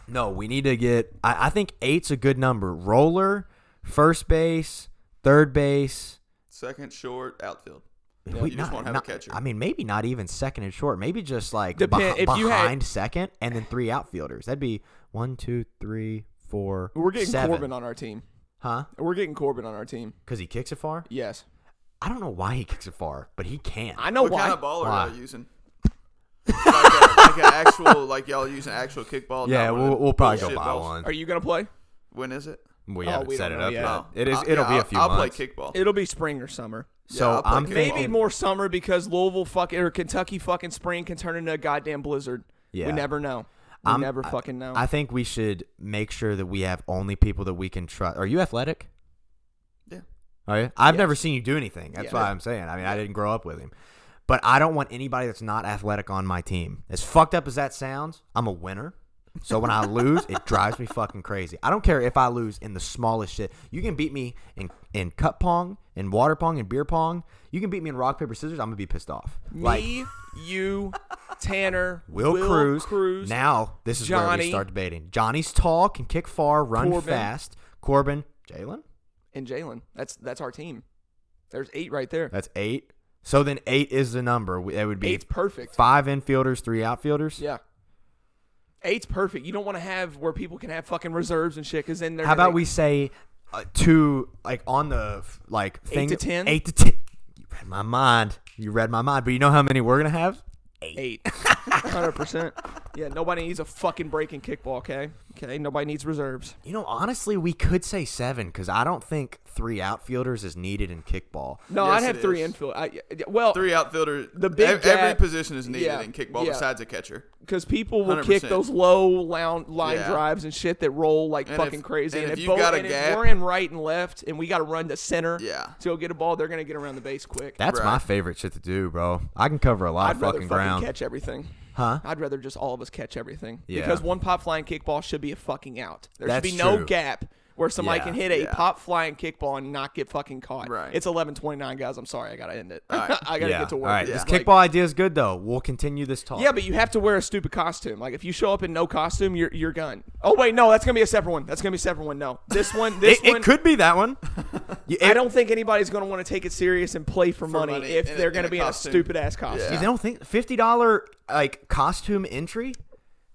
Speaker 2: no, we need to get. I, I think eight's a good number. Roller, first base, third base.
Speaker 3: Second short outfield.
Speaker 2: We-
Speaker 3: you just won't have a catcher.
Speaker 2: I mean, maybe not even second and short. Maybe just like
Speaker 1: Depend-
Speaker 2: beh-
Speaker 1: if
Speaker 2: behind
Speaker 1: you had-
Speaker 2: second, and then three outfielders. That'd be one, two, three, four.
Speaker 4: We're getting
Speaker 2: seven.
Speaker 4: Corbin on our team.
Speaker 2: huh?
Speaker 4: We're getting Corbin on our team.
Speaker 2: Because he kicks it far.
Speaker 4: Yes.
Speaker 2: I don't know why he kicks it far, but he can.
Speaker 4: I know
Speaker 3: what
Speaker 4: why.
Speaker 3: kind of baller
Speaker 2: Why?
Speaker 3: are you using? like, a, like an actual, like y'all using actual kickball. not
Speaker 2: yeah,
Speaker 3: one of
Speaker 2: we'll,
Speaker 3: the
Speaker 2: we'll probably go
Speaker 3: bullshit
Speaker 2: buy
Speaker 3: balls.
Speaker 2: one.
Speaker 4: Are you going to play?
Speaker 3: When is it?
Speaker 2: We
Speaker 1: Oh,
Speaker 2: haven't
Speaker 1: we
Speaker 2: set
Speaker 1: don't
Speaker 2: it
Speaker 1: know
Speaker 2: up
Speaker 1: yet.
Speaker 2: yet.
Speaker 1: No.
Speaker 2: It is.
Speaker 3: I'll-
Speaker 2: It'll
Speaker 3: Uh, yeah,
Speaker 2: be
Speaker 3: I'll,
Speaker 2: a few
Speaker 3: I'll
Speaker 2: months.
Speaker 3: play kickball.
Speaker 1: It'll be spring or summer.
Speaker 2: so
Speaker 3: I'll play
Speaker 2: I'm
Speaker 3: kickball.
Speaker 2: thinking.
Speaker 1: Maybe more summer because Louisville fucking or Kentucky fucking spring can turn into a goddamn blizzard.
Speaker 2: Yeah.
Speaker 1: We never know. We
Speaker 2: I'm-
Speaker 1: never
Speaker 2: I-
Speaker 1: fucking know.
Speaker 2: I think we should make sure that we have only people that we can trust. Are you athletic?
Speaker 3: Yeah.
Speaker 2: Are you? Oh, I've
Speaker 1: Yes.
Speaker 2: never seen you do anything. That's
Speaker 1: Yeah.
Speaker 2: why I'm saying. I mean, I didn't grow up with him, but I don't want anybody that's not athletic on my team. As fucked up as that sounds, I'm a winner. So when I lose, it drives me fucking crazy. I don't care if I lose in the smallest shit. You can beat me in in cup pong, in water pong, in beer pong. You can beat me in rock paper scissors. I'm gonna be pissed off. Like
Speaker 1: Me, you, Tanner,
Speaker 2: Will, Cruz. Now this is where
Speaker 1: Johnny.
Speaker 2: we start debating. Johnny's tall, can kick far, run
Speaker 1: Corbin.
Speaker 2: fast. Corbin, Jalen.
Speaker 1: and Jalen. That's that's our team. There's eight right there.
Speaker 2: That's eight. So then eight is the number. We- It would be
Speaker 1: Eight's perfect.
Speaker 2: five infielders, three outfielders.
Speaker 1: Yeah. Eight's perfect. You don't want to have where people can have fucking reserves and shit because then they're
Speaker 2: How about
Speaker 1: like,
Speaker 2: we say uh, two, like on the f- like thing?
Speaker 1: to 10?
Speaker 2: Eight to ten. You read my mind. You read my mind. But you know how many we're gonna have?
Speaker 1: eight. 100%. Yeah, nobody needs a fucking break in kickball, okay? Okay, nobody needs reserves.
Speaker 2: You know, honestly, we could say seven because I don't think three outfielders is needed in kickball.
Speaker 1: No,
Speaker 3: Yes,
Speaker 1: I'd have
Speaker 3: it
Speaker 1: three
Speaker 3: is.
Speaker 1: infield. I, well,
Speaker 3: Three outfielders.
Speaker 1: The big
Speaker 3: ev- every
Speaker 1: gap-
Speaker 3: position is needed
Speaker 1: yeah,
Speaker 3: in kickball
Speaker 1: yeah.
Speaker 3: besides a catcher.
Speaker 1: because people will kick
Speaker 3: 100%.
Speaker 1: those low line, line
Speaker 3: Yeah.
Speaker 1: drives and shit that roll like
Speaker 3: And if-
Speaker 1: fucking crazy.
Speaker 3: and if
Speaker 1: if,
Speaker 3: you've got a
Speaker 1: and if
Speaker 3: gap-
Speaker 1: we're in right and left, and we got to run to center,
Speaker 3: Yeah.
Speaker 1: to go get a ball, they're gonna get around the base quick.
Speaker 2: That's my
Speaker 3: Right.
Speaker 2: favorite shit to do, bro. I can cover a lot
Speaker 1: I'd
Speaker 2: of
Speaker 1: rather
Speaker 2: fucking
Speaker 1: fucking
Speaker 2: ground.
Speaker 1: catch everything.
Speaker 2: Huh?
Speaker 1: I'd rather just all of us catch everything
Speaker 2: Yeah.
Speaker 1: because one pop flying kickball should be a fucking out. There
Speaker 2: That's
Speaker 1: should be no
Speaker 2: true.
Speaker 1: gap where somebody
Speaker 2: Yeah,
Speaker 1: can hit a
Speaker 3: yeah.
Speaker 1: pop flying kickball and not get fucking caught.
Speaker 3: Right.
Speaker 1: It's eleven twenty nine, guys. I'm sorry, I gotta end it.
Speaker 3: right.
Speaker 1: I gotta get to work.
Speaker 2: All right.
Speaker 1: It's
Speaker 2: This
Speaker 1: like-
Speaker 2: kickball idea is good though. We'll continue this talk.
Speaker 1: Yeah, but you have to wear a stupid costume. Like if you show up in no costume, you're you're gone. Oh wait, no, that's gonna be a separate one. That's gonna be a separate one. No, this one, this
Speaker 2: it, it
Speaker 1: one.
Speaker 2: could be that one. You-
Speaker 1: I
Speaker 2: it-
Speaker 1: don't think anybody's gonna want to take it serious and play for, money,
Speaker 3: money
Speaker 1: if
Speaker 3: in a-
Speaker 1: they're
Speaker 3: in
Speaker 1: gonna
Speaker 3: a
Speaker 1: be
Speaker 3: costume.
Speaker 1: in a stupid ass costume.
Speaker 2: You
Speaker 3: Yeah.
Speaker 2: don't think fifty dollar like costume entry?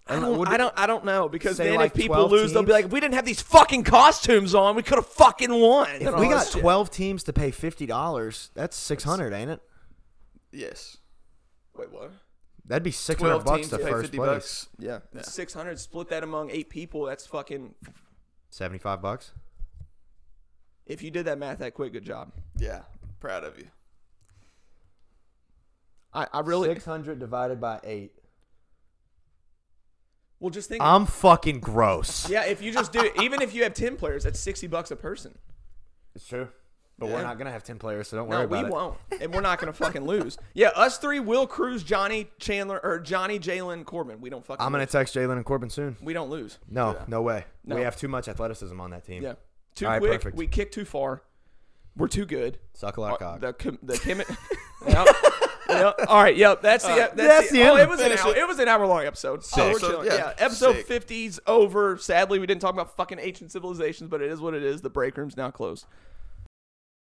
Speaker 1: I, don't,
Speaker 2: would-
Speaker 1: I don't. I don't know because
Speaker 2: Say
Speaker 1: then
Speaker 2: like
Speaker 1: if people
Speaker 2: 12
Speaker 1: lose, they'll be
Speaker 2: teams?
Speaker 1: like, "We didn't have these fucking costumes on. We could have fucking won."
Speaker 2: If we got twelve teams to pay fifty dollars, that's six hundred, ain't it?
Speaker 3: Yes.
Speaker 1: Wait, what?
Speaker 2: That'd be six hundred
Speaker 3: Twelve
Speaker 2: bucks
Speaker 3: teams
Speaker 2: to
Speaker 3: pay
Speaker 2: first
Speaker 3: fifty
Speaker 2: place.
Speaker 3: bucks.
Speaker 1: Yeah,
Speaker 3: Yeah.
Speaker 1: six hundred. Split that among eight people. That's fucking.
Speaker 2: Seventy five bucks.
Speaker 1: If you did that math that quick, good job.
Speaker 3: Yeah. Proud of you.
Speaker 1: I, I really
Speaker 2: six hundred divided by eight.
Speaker 1: well just think.
Speaker 2: I'm fucking gross.
Speaker 1: yeah, if you just do, even if you have ten players, that's sixty bucks a person.
Speaker 2: It's true. But
Speaker 5: Yeah.
Speaker 2: we're not gonna have ten players, so don't worry
Speaker 1: No, we
Speaker 2: about it.
Speaker 1: won't, and we're not gonna fucking lose. Yeah, us three: Will Cruz, Johnny Chandler, or Johnny Jalen Corbin. We don't fucking.
Speaker 2: I'm gonna
Speaker 1: lose.
Speaker 2: text Jalen and Corbin soon.
Speaker 1: We don't lose.
Speaker 2: No, no way.
Speaker 1: No.
Speaker 2: We have too much athleticism on that team.
Speaker 1: Yeah, too
Speaker 2: All right,
Speaker 1: quick.
Speaker 2: perfect.
Speaker 1: We kick too far. We're too good.
Speaker 2: Suck a lot
Speaker 1: Uh,
Speaker 2: cock.
Speaker 1: The com- the chemi- yep. Yep. All right. Yep. That's the. That's,
Speaker 2: that's
Speaker 1: the,
Speaker 2: the
Speaker 1: oh,
Speaker 2: end.
Speaker 1: it was an
Speaker 3: Finish
Speaker 1: hour.
Speaker 3: it.
Speaker 1: It. was an hour long episode. Oh, we're
Speaker 3: So,
Speaker 1: chilling.
Speaker 3: yeah,
Speaker 1: yeah. Episode
Speaker 3: sick.
Speaker 1: 50's over. Sadly, we didn't talk about fucking ancient civilizations, but it is what it is. The break room's now closed.